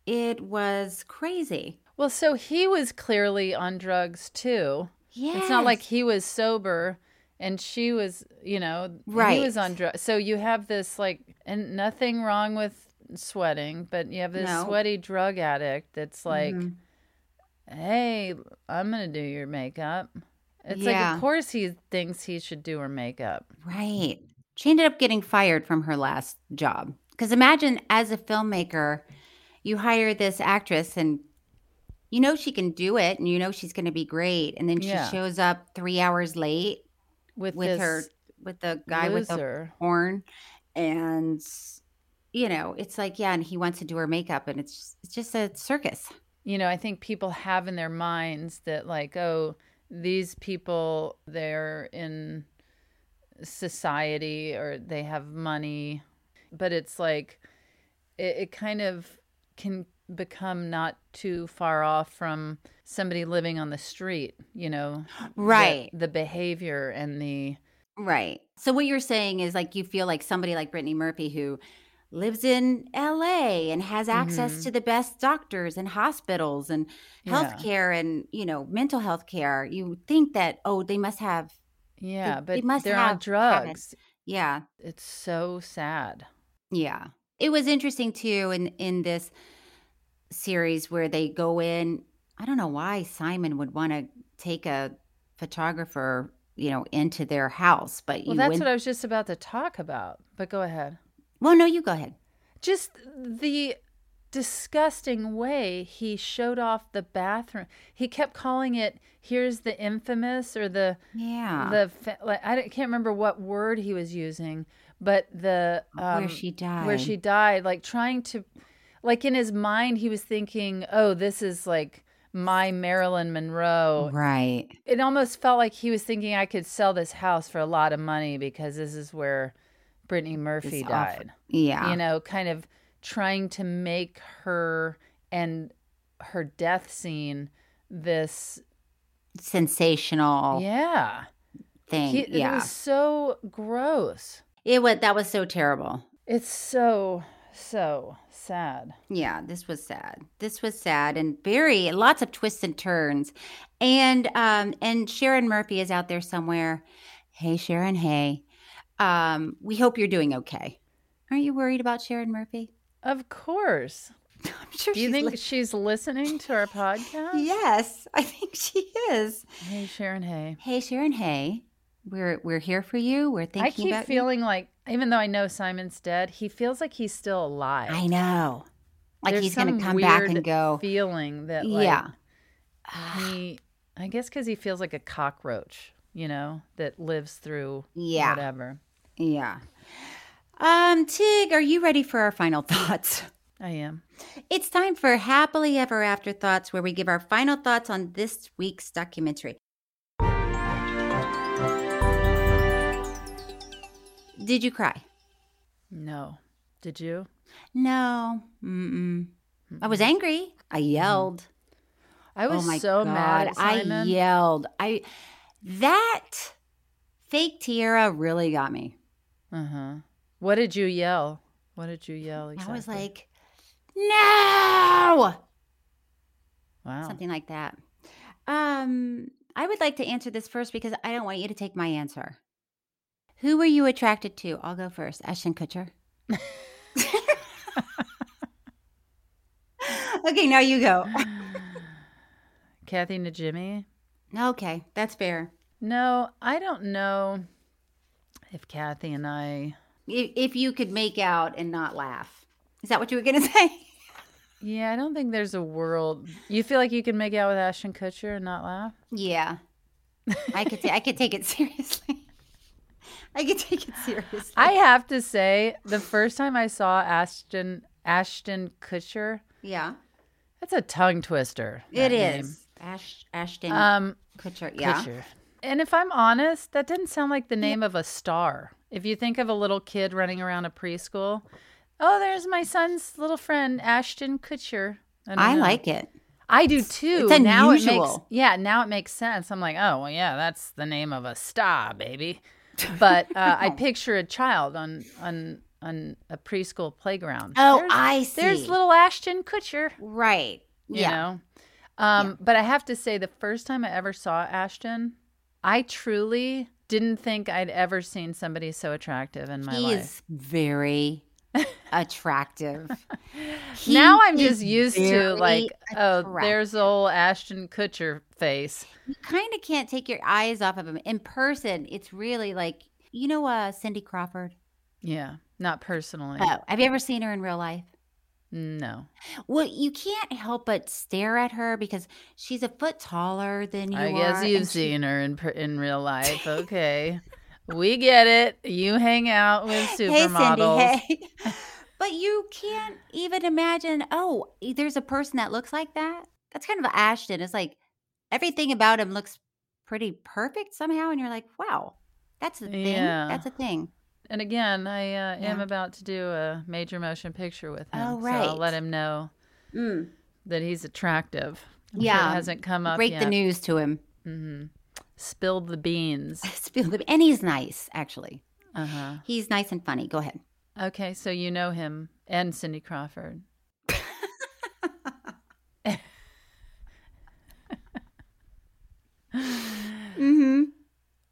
[SPEAKER 1] It was crazy.
[SPEAKER 2] Well, so he was clearly on drugs too. It's not like
[SPEAKER 1] Yes.
[SPEAKER 2] he was sober and she was, you know,
[SPEAKER 1] Right.
[SPEAKER 2] he was on drugs. So you have this like, and nothing wrong with sweating, but you have this
[SPEAKER 1] No.
[SPEAKER 2] sweaty drug addict that's like,
[SPEAKER 1] Mhm.
[SPEAKER 2] hey, I'm going to do your makeup. It's like,
[SPEAKER 1] Yeah.
[SPEAKER 2] of course he thinks he should do her makeup.
[SPEAKER 1] Right. She ended up getting fired from her last job. Because imagine as a filmmaker, you hire this actress and you know she can do it and you know she's going to be great. And then she
[SPEAKER 2] Yeah.
[SPEAKER 1] shows up three hours late
[SPEAKER 2] With,
[SPEAKER 1] with
[SPEAKER 2] this
[SPEAKER 1] her, with the guy with the
[SPEAKER 2] loser.
[SPEAKER 1] horn. And, you know, it's like, yeah, and he wants to do her makeup and it's just, it's just a circus.
[SPEAKER 2] you know, I think people have in their minds that like, oh, these people they're in society or they have money, but it's like it, it kind of can become not too far off from somebody living on the street, you know, the-
[SPEAKER 1] Right.
[SPEAKER 2] the behavior and the
[SPEAKER 1] Right. So what you're saying is like you feel like somebody like Brittany Murphy who lives in LA and has access
[SPEAKER 2] Mhm.
[SPEAKER 1] to the best doctors and hospitals and
[SPEAKER 2] Yeah.
[SPEAKER 1] healthcare and you know mental health care. You think that oh they must have
[SPEAKER 2] yeah,
[SPEAKER 1] they
[SPEAKER 2] but
[SPEAKER 1] must
[SPEAKER 2] they're on
[SPEAKER 1] have habits.
[SPEAKER 2] drugs.
[SPEAKER 1] yeah
[SPEAKER 2] It's so sad.
[SPEAKER 1] yeah. It was interesting too in in this series where they go in. I don't know why Simon would want to take a photographer you know into their house, but
[SPEAKER 2] Well,
[SPEAKER 1] you
[SPEAKER 2] that's
[SPEAKER 1] went-
[SPEAKER 2] what I was just about to talk about. But go ahead.
[SPEAKER 1] well no you go ahead.
[SPEAKER 2] just the disgusting way he showed off the bathroom he kept calling it here's the infamous or the
[SPEAKER 1] Yeah.
[SPEAKER 2] the fa- like i don't- can't remember what word he was using but the
[SPEAKER 1] Where
[SPEAKER 2] um,
[SPEAKER 1] she
[SPEAKER 2] where
[SPEAKER 1] died.
[SPEAKER 2] she died like trying to like in his mind he was thinking oh this is like my marilyn
[SPEAKER 1] Mm-hmm.
[SPEAKER 2] monroe
[SPEAKER 1] Right.
[SPEAKER 2] it almost felt like he was thinking i could sell this house for a lot of money because this is where brittany murphy
[SPEAKER 1] awful.
[SPEAKER 2] died
[SPEAKER 1] Yeah.
[SPEAKER 2] you know, kind of trying to make her and her death scene this
[SPEAKER 1] sensational
[SPEAKER 2] yeah
[SPEAKER 1] thing.
[SPEAKER 2] He- It
[SPEAKER 1] yeah.
[SPEAKER 2] was so gross.
[SPEAKER 1] It was that was so terrible.
[SPEAKER 2] It's so so sad.
[SPEAKER 1] Yeah, this was sad. This was sad and very lots of twists and turns. And um and Sharon Murphy is out there somewhere. Hey Sharon, hey. Um we hope you're doing okay. Aren't you worried about Sharon Murphy?
[SPEAKER 2] Of course.
[SPEAKER 1] I'm sure
[SPEAKER 2] Do you
[SPEAKER 1] she's
[SPEAKER 2] think
[SPEAKER 1] li-
[SPEAKER 2] she's listening to our podcast?
[SPEAKER 1] Yes, I think she is.
[SPEAKER 2] Hey Sharon, hey.
[SPEAKER 1] Hey Sharon, hey. We're we're here for you. We're thinking
[SPEAKER 2] I keep
[SPEAKER 1] about you.
[SPEAKER 2] feeling like, even though I know Simon's dead, he feels like he's still alive.
[SPEAKER 1] I know. Like
[SPEAKER 2] There's
[SPEAKER 1] he's going
[SPEAKER 2] some
[SPEAKER 1] to come back
[SPEAKER 2] weird
[SPEAKER 1] and go.
[SPEAKER 2] Feeling that, like,
[SPEAKER 1] Yeah.
[SPEAKER 2] He, I guess, because he feels like a cockroach, you know, that lives through
[SPEAKER 1] Yeah.
[SPEAKER 2] whatever.
[SPEAKER 1] Yeah. Um, Tig, are you ready for our final thoughts?
[SPEAKER 2] I am.
[SPEAKER 1] It's time for Happily Ever After Thoughts, where we give our final thoughts on this week's documentary. Did you cry?
[SPEAKER 2] No. Did you?
[SPEAKER 1] No. Mm-mm. I was angry. I yelled.
[SPEAKER 2] I was
[SPEAKER 1] oh my
[SPEAKER 2] so
[SPEAKER 1] God.
[SPEAKER 2] mad at
[SPEAKER 1] I
[SPEAKER 2] Simon.
[SPEAKER 1] yelled. I that fake tiara really got me.
[SPEAKER 2] Uh huh. What did you yell? What did you yell? Exactly?
[SPEAKER 1] I was like, no.
[SPEAKER 2] wow.
[SPEAKER 1] something like that. Um, I would like to answer this first because I don't want you to take my answer. Who were you attracted to? I'll go first. Ashton Kutcher. okay, now you go.
[SPEAKER 2] Kathy Najimy.
[SPEAKER 1] Okay, that's fair.
[SPEAKER 2] No, I don't know if Kathy and I.
[SPEAKER 1] If, if you could make out and not laugh, is that what you were going to say?
[SPEAKER 2] Yeah, I don't think there's a world. You feel like you can make out with Ashton Kutcher and not laugh?
[SPEAKER 1] Yeah, I could. ta- I could take it seriously. I could take it seriously.
[SPEAKER 2] I have to say, the first time I saw Ashton Ashton Kutcher,
[SPEAKER 1] yeah,
[SPEAKER 2] that's a tongue twister.
[SPEAKER 1] it
[SPEAKER 2] that name.
[SPEAKER 1] is. Ash, Ashton
[SPEAKER 2] Um,
[SPEAKER 1] Uh, Kutcher. Yeah.
[SPEAKER 2] Kutcher. And if I'm honest, that didn't sound like the name of a star. If you think of a little kid running around a preschool, oh, there's my son's little friend Ashton Kutcher. don't
[SPEAKER 1] I
[SPEAKER 2] know.
[SPEAKER 1] like it.
[SPEAKER 2] I do too.
[SPEAKER 1] it's
[SPEAKER 2] Now it makes,
[SPEAKER 1] unusual.
[SPEAKER 2] yeah, now it makes sense. I'm like, oh, well, yeah, that's the name of a star, baby. But uh,
[SPEAKER 1] Oh.
[SPEAKER 2] I picture a child on on on a preschool playground.
[SPEAKER 1] Oh,
[SPEAKER 2] There's-
[SPEAKER 1] I
[SPEAKER 2] There's
[SPEAKER 1] see.
[SPEAKER 2] little Ashton Kutcher.
[SPEAKER 1] Right.
[SPEAKER 2] You
[SPEAKER 1] yeah.
[SPEAKER 2] know? Um, But I have to say, the first time I ever saw Ashton, I truly didn't think I'd ever seen somebody so attractive in my
[SPEAKER 1] he
[SPEAKER 2] life.
[SPEAKER 1] is very attractive. He
[SPEAKER 2] now I'm
[SPEAKER 1] is
[SPEAKER 2] just used to
[SPEAKER 1] very
[SPEAKER 2] like, oh,
[SPEAKER 1] attractive.
[SPEAKER 2] there's old Ashton Kutcher face.
[SPEAKER 1] You kind of can't take your eyes off of him. In person, it's really like you know uh Cindy Crawford.
[SPEAKER 2] Yeah, not personally.
[SPEAKER 1] Oh, have you ever seen her in real life?
[SPEAKER 2] No,
[SPEAKER 1] Well, you can't help but stare at her because she's a foot taller than you
[SPEAKER 2] I guess
[SPEAKER 1] are,
[SPEAKER 2] you've
[SPEAKER 1] and she-
[SPEAKER 2] seen her in per- in real life. Okay, we get it. You hang out with
[SPEAKER 1] hey,
[SPEAKER 2] supermodels.
[SPEAKER 1] Cindy, hey. but you can't even imagine, oh, there's a person that looks like that. That's kind of Ashton. It's like everything about him looks pretty perfect somehow. And you're like, wow, that's a thing.
[SPEAKER 2] Yeah.
[SPEAKER 1] That's a thing.
[SPEAKER 2] And again, I uh, am
[SPEAKER 1] Yeah.
[SPEAKER 2] about to do a major motion picture with him.
[SPEAKER 1] Oh,
[SPEAKER 2] So I'll
[SPEAKER 1] right.
[SPEAKER 2] let him know
[SPEAKER 1] Mm.
[SPEAKER 2] that he's attractive. If
[SPEAKER 1] Yeah.
[SPEAKER 2] It hasn't come up
[SPEAKER 1] Break the
[SPEAKER 2] yet.
[SPEAKER 1] news to him.
[SPEAKER 2] hmm Spilled the beans.
[SPEAKER 1] Spill the, and he's nice, actually.
[SPEAKER 2] Uh huh.
[SPEAKER 1] He's nice and funny. Go ahead.
[SPEAKER 2] Okay, so you know him and Cindy Crawford.
[SPEAKER 1] Mm-hmm.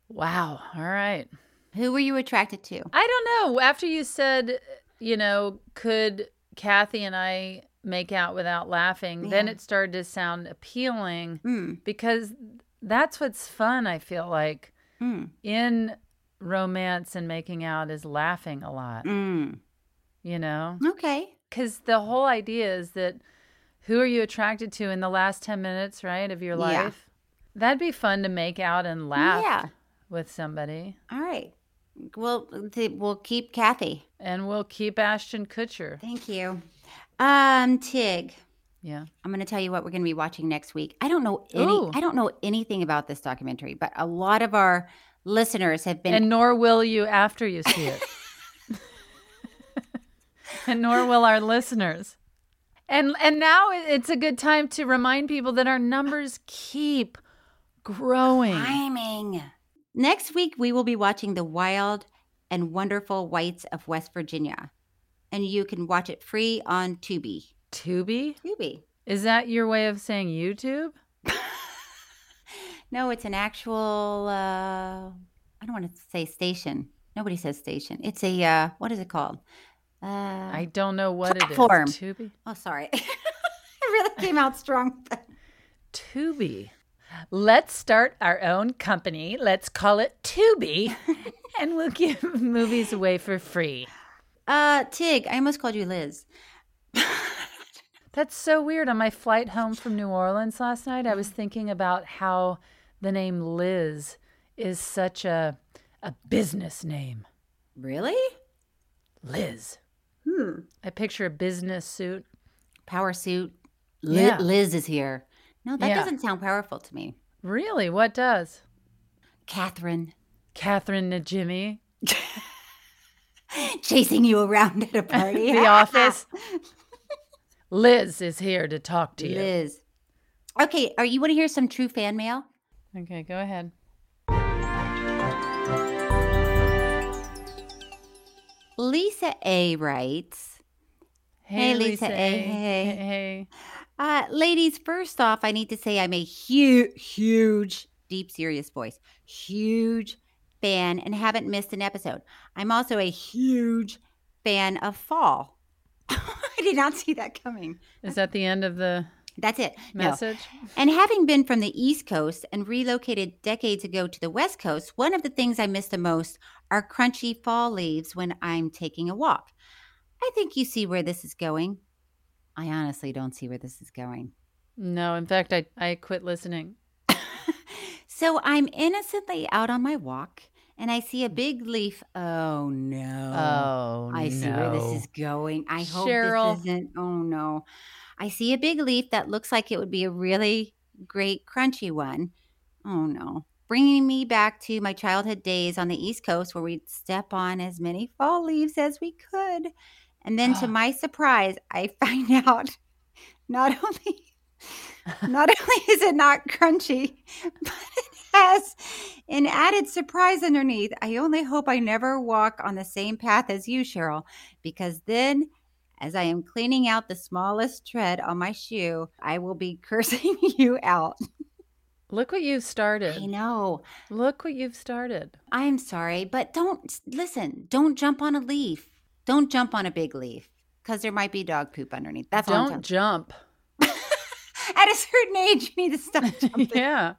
[SPEAKER 2] Wow. All right.
[SPEAKER 1] Who were you attracted to?
[SPEAKER 2] I don't know. After you said, you know, could Kathy and I make out without laughing, then
[SPEAKER 1] Yeah.
[SPEAKER 2] it started to sound appealing
[SPEAKER 1] Mm.
[SPEAKER 2] because that's what's fun, I feel like,
[SPEAKER 1] Mm.
[SPEAKER 2] in romance and making out is laughing a lot,
[SPEAKER 1] Mm.
[SPEAKER 2] you know?
[SPEAKER 1] Okay.
[SPEAKER 2] Because the whole idea is that who are you attracted to in the last 10 minutes, right, of your
[SPEAKER 1] Yeah.
[SPEAKER 2] life? That'd be fun to make out and laugh
[SPEAKER 1] Yeah.
[SPEAKER 2] with somebody.
[SPEAKER 1] All right. Well, th- we'll keep Kathy.
[SPEAKER 2] And we'll keep Ashton Kutcher.
[SPEAKER 1] Thank you. Um, Tig.
[SPEAKER 2] Yeah.
[SPEAKER 1] I'm going to tell you what we're going to be watching next week. I don't know any.
[SPEAKER 2] Ooh.
[SPEAKER 1] I don't know anything about this documentary, but a lot of our listeners have been.
[SPEAKER 2] And nor will you after you see it. and nor will our listeners. And and now it- it's a good time to remind people that our numbers keep growing.
[SPEAKER 1] Climbing. Next week, we will be watching The Wild and Wonderful Whites of West Virginia. And you can watch it free on Tubi.
[SPEAKER 2] Tubi?
[SPEAKER 1] Tubi.
[SPEAKER 2] Is that your way of saying YouTube?
[SPEAKER 1] No, it's an actual, uh, I don't want to say station. Nobody says station. It's a, uh, what is it called? Uh, I
[SPEAKER 2] don't know what it is.
[SPEAKER 1] platform.
[SPEAKER 2] Tubi.
[SPEAKER 1] Oh, sorry. it really came out strong.
[SPEAKER 2] Tubi. Let's start our own company. Let's call it Tubi, and we'll give movies away for free.
[SPEAKER 1] Uh, Tig, I almost called you Liz.
[SPEAKER 2] That's so weird. On my flight home from New Orleans last night, I
[SPEAKER 1] Mm-hmm.
[SPEAKER 2] was thinking about how the name Liz is such a a business name.
[SPEAKER 1] Really?
[SPEAKER 2] Liz.
[SPEAKER 1] Hmm.
[SPEAKER 2] I picture a business suit.
[SPEAKER 1] Power suit. Li-
[SPEAKER 2] Yeah.
[SPEAKER 1] Liz is here. No, that
[SPEAKER 2] Yeah.
[SPEAKER 1] doesn't sound powerful to me.
[SPEAKER 2] Really? What does?
[SPEAKER 1] Catherine,
[SPEAKER 2] Catherine and Jimmy.
[SPEAKER 1] chasing you around at a party.
[SPEAKER 2] the office. Liz is here to talk to you.
[SPEAKER 1] Liz. Okay, are you want to hear some true fan mail?
[SPEAKER 2] Okay, go ahead.
[SPEAKER 1] Lisa A writes.
[SPEAKER 2] Hey, Lisa A.
[SPEAKER 1] Hey.
[SPEAKER 2] Hey, hey.
[SPEAKER 1] Uh, ladies, first off, I need to say I'm a huge, huge, deep, serious voice, huge fan and haven't missed an episode. I'm also a huge fan of fall. I did not see that coming.
[SPEAKER 2] Is that the end of the
[SPEAKER 1] That's it. No.
[SPEAKER 2] message?
[SPEAKER 1] And having been from the East Coast and relocated decades ago to the West Coast, one of the things I miss the most are crunchy fall leaves when I'm taking a walk. I think you see where this is going. I honestly don't see where this is going.
[SPEAKER 2] No, in fact, I, I quit listening.
[SPEAKER 1] So I'm innocently out on my walk and I see a big leaf. Oh no.
[SPEAKER 2] Oh,
[SPEAKER 1] I see where
[SPEAKER 2] no.
[SPEAKER 1] this is going. I hope
[SPEAKER 2] Cheryl.
[SPEAKER 1] this isn't. Oh no. I see a big leaf that looks like it would be a really great crunchy one. Oh no. Bringing me back to my childhood days on the East Coast where we'd step on as many fall leaves as we could. And then to my surprise, I find out not only not only is it not crunchy, but it has an added surprise underneath. I only hope I never walk on the same path as you, Cheryl, because then, as I am cleaning out the smallest tread on my shoe, I will be cursing you out.
[SPEAKER 2] Look what you've started.
[SPEAKER 1] I know.
[SPEAKER 2] Look what you've started.
[SPEAKER 1] I'm sorry, but don't listen. Don't jump on a leaf. Don't jump on a big leaf because there might be dog poop underneath. That's all. I'm
[SPEAKER 2] Don't
[SPEAKER 1] telling-
[SPEAKER 2] jump.
[SPEAKER 1] At a certain age, you need to stop jumping.
[SPEAKER 2] Yeah.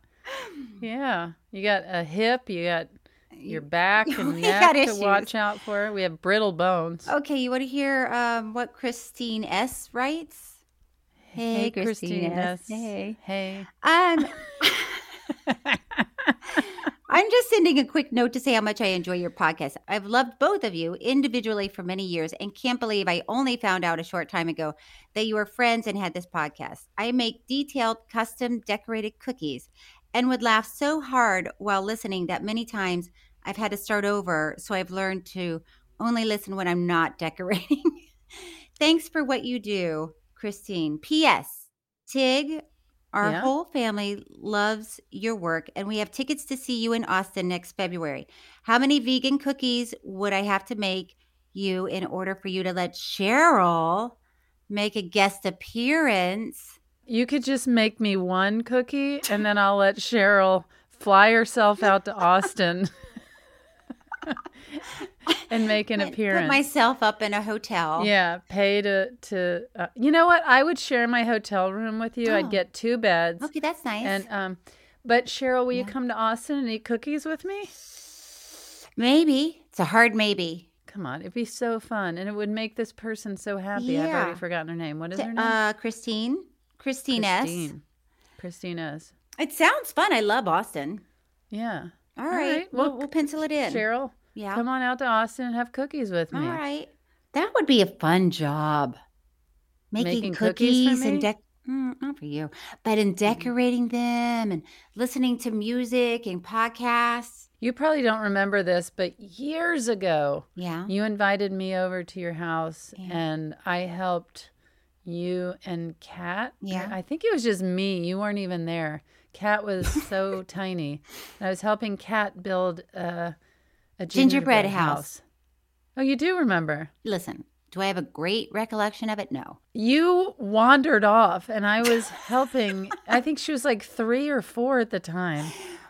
[SPEAKER 2] Yeah. You got a hip, you got your back and
[SPEAKER 1] We
[SPEAKER 2] neck
[SPEAKER 1] got
[SPEAKER 2] to
[SPEAKER 1] issues.
[SPEAKER 2] watch out for. We have brittle bones.
[SPEAKER 1] Okay, you want to hear um, what Christine S. writes? Hey, Christine, S. Hey.
[SPEAKER 2] Hey.
[SPEAKER 1] Um, I'm just sending a quick note to say how much I enjoy your podcast. I've loved both of you individually for many years and can't believe I only found out a short time ago that you were friends and had this podcast. I make detailed, custom decorated cookies and would laugh so hard while listening that many times I've had to start over. So I've learned to only listen when I'm not decorating. Thanks for what you do, Christine. P.S. Tig, our
[SPEAKER 2] Yeah?
[SPEAKER 1] whole family loves your work, and we have tickets to see you in Austin next February. How many vegan cookies would I have to make you in order for you to let Cheryl make a guest appearance?
[SPEAKER 2] You could just make me one cookie and then I'll let Cheryl fly herself out to Austin and make an appearance.
[SPEAKER 1] Put myself up in a hotel.
[SPEAKER 2] Yeah, pay to to. Uh, you know what? I would share my hotel room with you.
[SPEAKER 1] Oh.
[SPEAKER 2] I'd get two beds.
[SPEAKER 1] Okay, that's nice.
[SPEAKER 2] And um, but Cheryl, will you come to Austin and eat cookies with me?
[SPEAKER 1] maybe it's a hard maybe.
[SPEAKER 2] Come on, it'd be so fun, and it would make this person so happy. I've
[SPEAKER 1] Yeah.
[SPEAKER 2] already forgotten her name. What is her name?
[SPEAKER 1] Uh, Christine, Christine S.
[SPEAKER 2] Christine. Christine S.
[SPEAKER 1] It sounds fun. I love Austin.
[SPEAKER 2] Yeah.
[SPEAKER 1] All right. We'll, we'll pencil it in.
[SPEAKER 2] Cheryl,
[SPEAKER 1] Yeah.
[SPEAKER 2] come on out to Austin and have cookies with
[SPEAKER 1] All
[SPEAKER 2] me.
[SPEAKER 1] right. That would be a fun job. Making,
[SPEAKER 2] Making
[SPEAKER 1] cookies,
[SPEAKER 2] cookies for me? Mm-hmm.
[SPEAKER 1] and dec- Mm, not for you, but in decorating them and listening to music and podcasts.
[SPEAKER 2] You probably don't remember this, but years ago,
[SPEAKER 1] Yeah.
[SPEAKER 2] You invited me over to your house
[SPEAKER 1] Yeah.
[SPEAKER 2] and I helped you and Kat.
[SPEAKER 1] Yeah.
[SPEAKER 2] I think it was just me. You weren't even there. Cat was so tiny. And I was helping Cat build a, a gingerbread,
[SPEAKER 1] Gingerbread house.
[SPEAKER 2] Oh, you do remember?
[SPEAKER 1] Listen, do I have a great recollection of it? No.
[SPEAKER 2] You wandered off, and I was helping. I think she was like three or four at the time.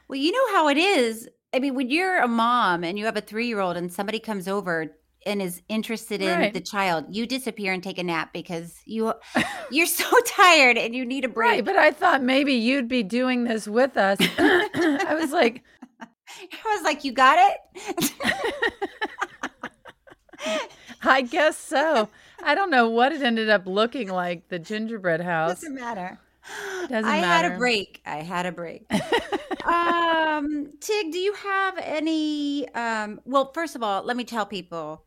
[SPEAKER 1] Well, you know how it is. I mean, when you're a mom and you have a three year old and somebody comes over and is interested in
[SPEAKER 2] Right.
[SPEAKER 1] the child, you disappear and take a nap because you you're so tired and you need a break.
[SPEAKER 2] Right, but I thought maybe you'd be doing this with us. I was like,
[SPEAKER 1] I was like, you got it?
[SPEAKER 2] I guess so. I don't know what it ended up looking like, the gingerbread house.
[SPEAKER 1] Doesn't matter.
[SPEAKER 2] Doesn't
[SPEAKER 1] I had
[SPEAKER 2] matter.
[SPEAKER 1] a break. I had a break. um, Tig, do you have any? Um, well, first of all, let me tell people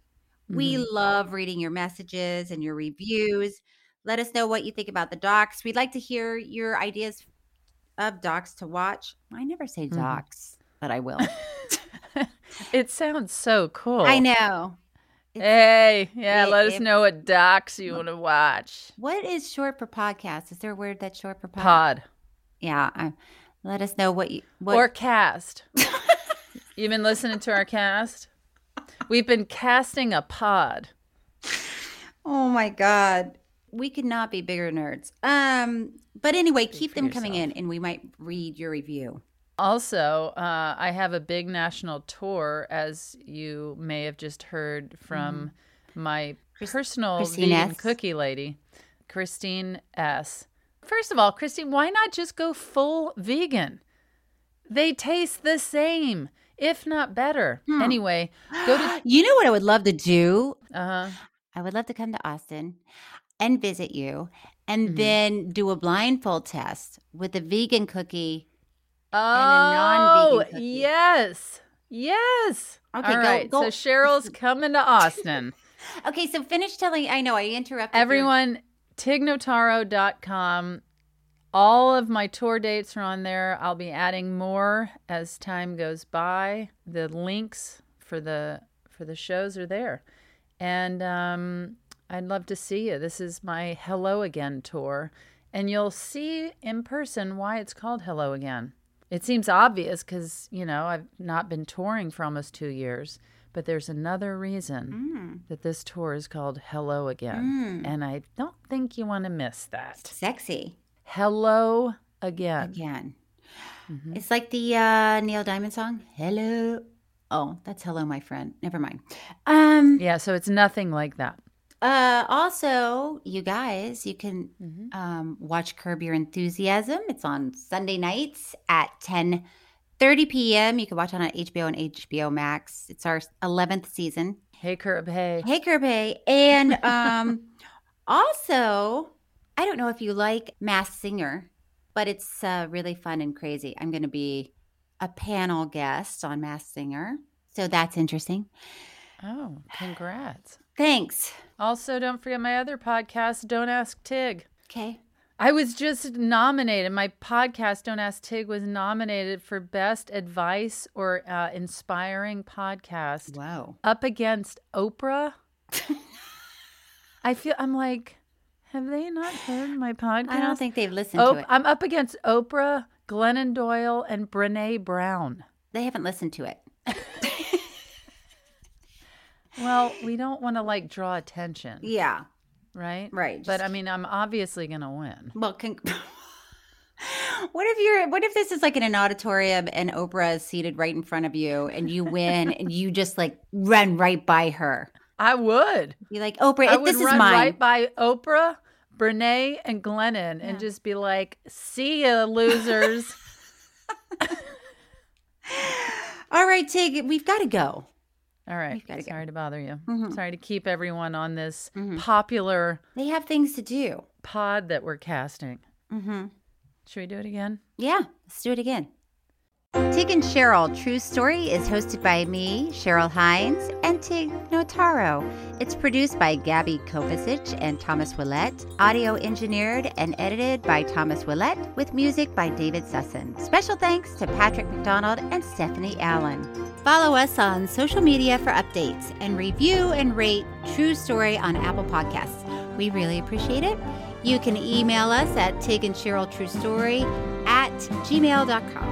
[SPEAKER 1] we
[SPEAKER 2] Mm-hmm.
[SPEAKER 12] Mhm.
[SPEAKER 1] love reading your messages and your reviews. Let us know what you think about the docs. We'd like to hear your ideas of docs to watch. I never say
[SPEAKER 2] Mhm.
[SPEAKER 1] docs, but I will.
[SPEAKER 2] It sounds so cool.
[SPEAKER 1] I know.
[SPEAKER 2] Hey, yeah,
[SPEAKER 1] it-
[SPEAKER 2] let us
[SPEAKER 1] it-
[SPEAKER 2] know what docs you want to watch.
[SPEAKER 1] What is short for podcast? Is there a word that's short for pod?
[SPEAKER 2] Pod.
[SPEAKER 1] Yeah. I, let us know what you. What,
[SPEAKER 2] Or cast. You've been listening to our cast? We've been casting a pod.
[SPEAKER 1] Oh my god. We could not be bigger nerds. Um, but anyway, keep them coming in and we might read your review.
[SPEAKER 2] Also, uh, I have a big national tour, as you may have just heard from my personal
[SPEAKER 1] Mm. Christine
[SPEAKER 2] vegan
[SPEAKER 1] S.
[SPEAKER 2] cookie lady, Christine S. First of all, Christine, why not just go full vegan? They taste the same, if not better.
[SPEAKER 1] Hmm.
[SPEAKER 2] Anyway, go to
[SPEAKER 1] You know what I would love to do?
[SPEAKER 2] uh
[SPEAKER 1] I would love to come to Austin and visit you and then do a blindfold test with a vegan cookie.
[SPEAKER 2] oh
[SPEAKER 1] non-vegan cookie.
[SPEAKER 2] yes, yes.
[SPEAKER 1] Okay,
[SPEAKER 2] all
[SPEAKER 1] go-
[SPEAKER 2] right.
[SPEAKER 1] go-
[SPEAKER 2] So Cheryl's coming to Austin.
[SPEAKER 1] Okay, so finish telling I know I interrupted your-
[SPEAKER 2] Everyone, tignotaro.com. All of my tour dates are on there. I'll be adding more as time goes by. The links for the for the shows are there, and um, I'd love to see you. This is my Hello Again tour, and you'll see in person why it's called Hello Again. It seems obvious because you know I've not been touring for almost two years, but there's another reason that this tour is called Hello Again,
[SPEAKER 1] Mm.
[SPEAKER 2] and I don't think you want to miss that.
[SPEAKER 1] Sexy.
[SPEAKER 2] Hello again.
[SPEAKER 1] Again. It's like the uh, Neil Diamond song. Hello. Oh, that's hello, my friend. Never mind. Um,
[SPEAKER 2] yeah, so it's nothing like that.
[SPEAKER 1] Uh, also, you guys, you can um, watch Curb Your Enthusiasm. It's on Sunday nights at 10 30 p.m. You can watch it on HBO and HBO Max. It's our 11th season.
[SPEAKER 2] Hey, Curb. Hey.
[SPEAKER 1] Hey, Curb. Hey. And um, also, I don't know if you like Mass Singer, but it's uh, really fun and crazy. I'm going to be a panel guest on Mass Singer. So that's interesting.
[SPEAKER 2] Oh, congrats.
[SPEAKER 1] Thanks.
[SPEAKER 2] Also, don't forget my other podcast, Don't Ask Tig.
[SPEAKER 1] Okay.
[SPEAKER 2] I was just nominated. My podcast, Don't Ask Tig, was nominated for Best Advice or uh, Inspiring Podcast.
[SPEAKER 1] Wow.
[SPEAKER 2] Up against Oprah. I feel, I'm like, have they not heard my podcast?
[SPEAKER 1] I don't think they've listened
[SPEAKER 2] Oh,
[SPEAKER 1] to it.
[SPEAKER 2] I'm up against Oprah, Glennon Doyle, and Brene Brown.
[SPEAKER 1] They haven't listened to it.
[SPEAKER 2] Well, we don't want to like draw attention.
[SPEAKER 1] Yeah.
[SPEAKER 2] Right?
[SPEAKER 1] Right,
[SPEAKER 2] But
[SPEAKER 1] just-
[SPEAKER 2] I mean, I'm obviously going to win.
[SPEAKER 1] Well, con- what if you're? What if this is like in an auditorium and Oprah is seated right in front of you, and you win, and you just like run right by her?
[SPEAKER 2] I would.
[SPEAKER 1] You're like Oprah.
[SPEAKER 2] I
[SPEAKER 1] if
[SPEAKER 2] would
[SPEAKER 1] this is
[SPEAKER 2] run
[SPEAKER 1] mine.
[SPEAKER 2] right by Oprah, Brene, and Glennon and just be like, see ya, losers.
[SPEAKER 1] All right, Tig, we've got to go.
[SPEAKER 2] All right.
[SPEAKER 1] We've gotta go. Mm-hmm.
[SPEAKER 2] Sorry to bother you.
[SPEAKER 1] Mhm.
[SPEAKER 2] Sorry to keep everyone on this popular
[SPEAKER 1] They have things to do.
[SPEAKER 2] pod that we're casting.
[SPEAKER 1] Mm-hmm.
[SPEAKER 2] Should we do it again?
[SPEAKER 1] Yeah, let's do it again. Tig and Cheryl True Story is hosted by me, Cheryl Hines, and Tig Notaro. It's produced by Gabby Kovacic and Thomas Willett, audio engineered and edited by Thomas Willett, with music by David Sussin. Special thanks to Patrick McDonald and Stephanie Allen. Follow us on social media for updates and review and rate True Story on Apple Podcasts. We really appreciate it. You can email us at Tig and Cheryl True Story at gmail.com.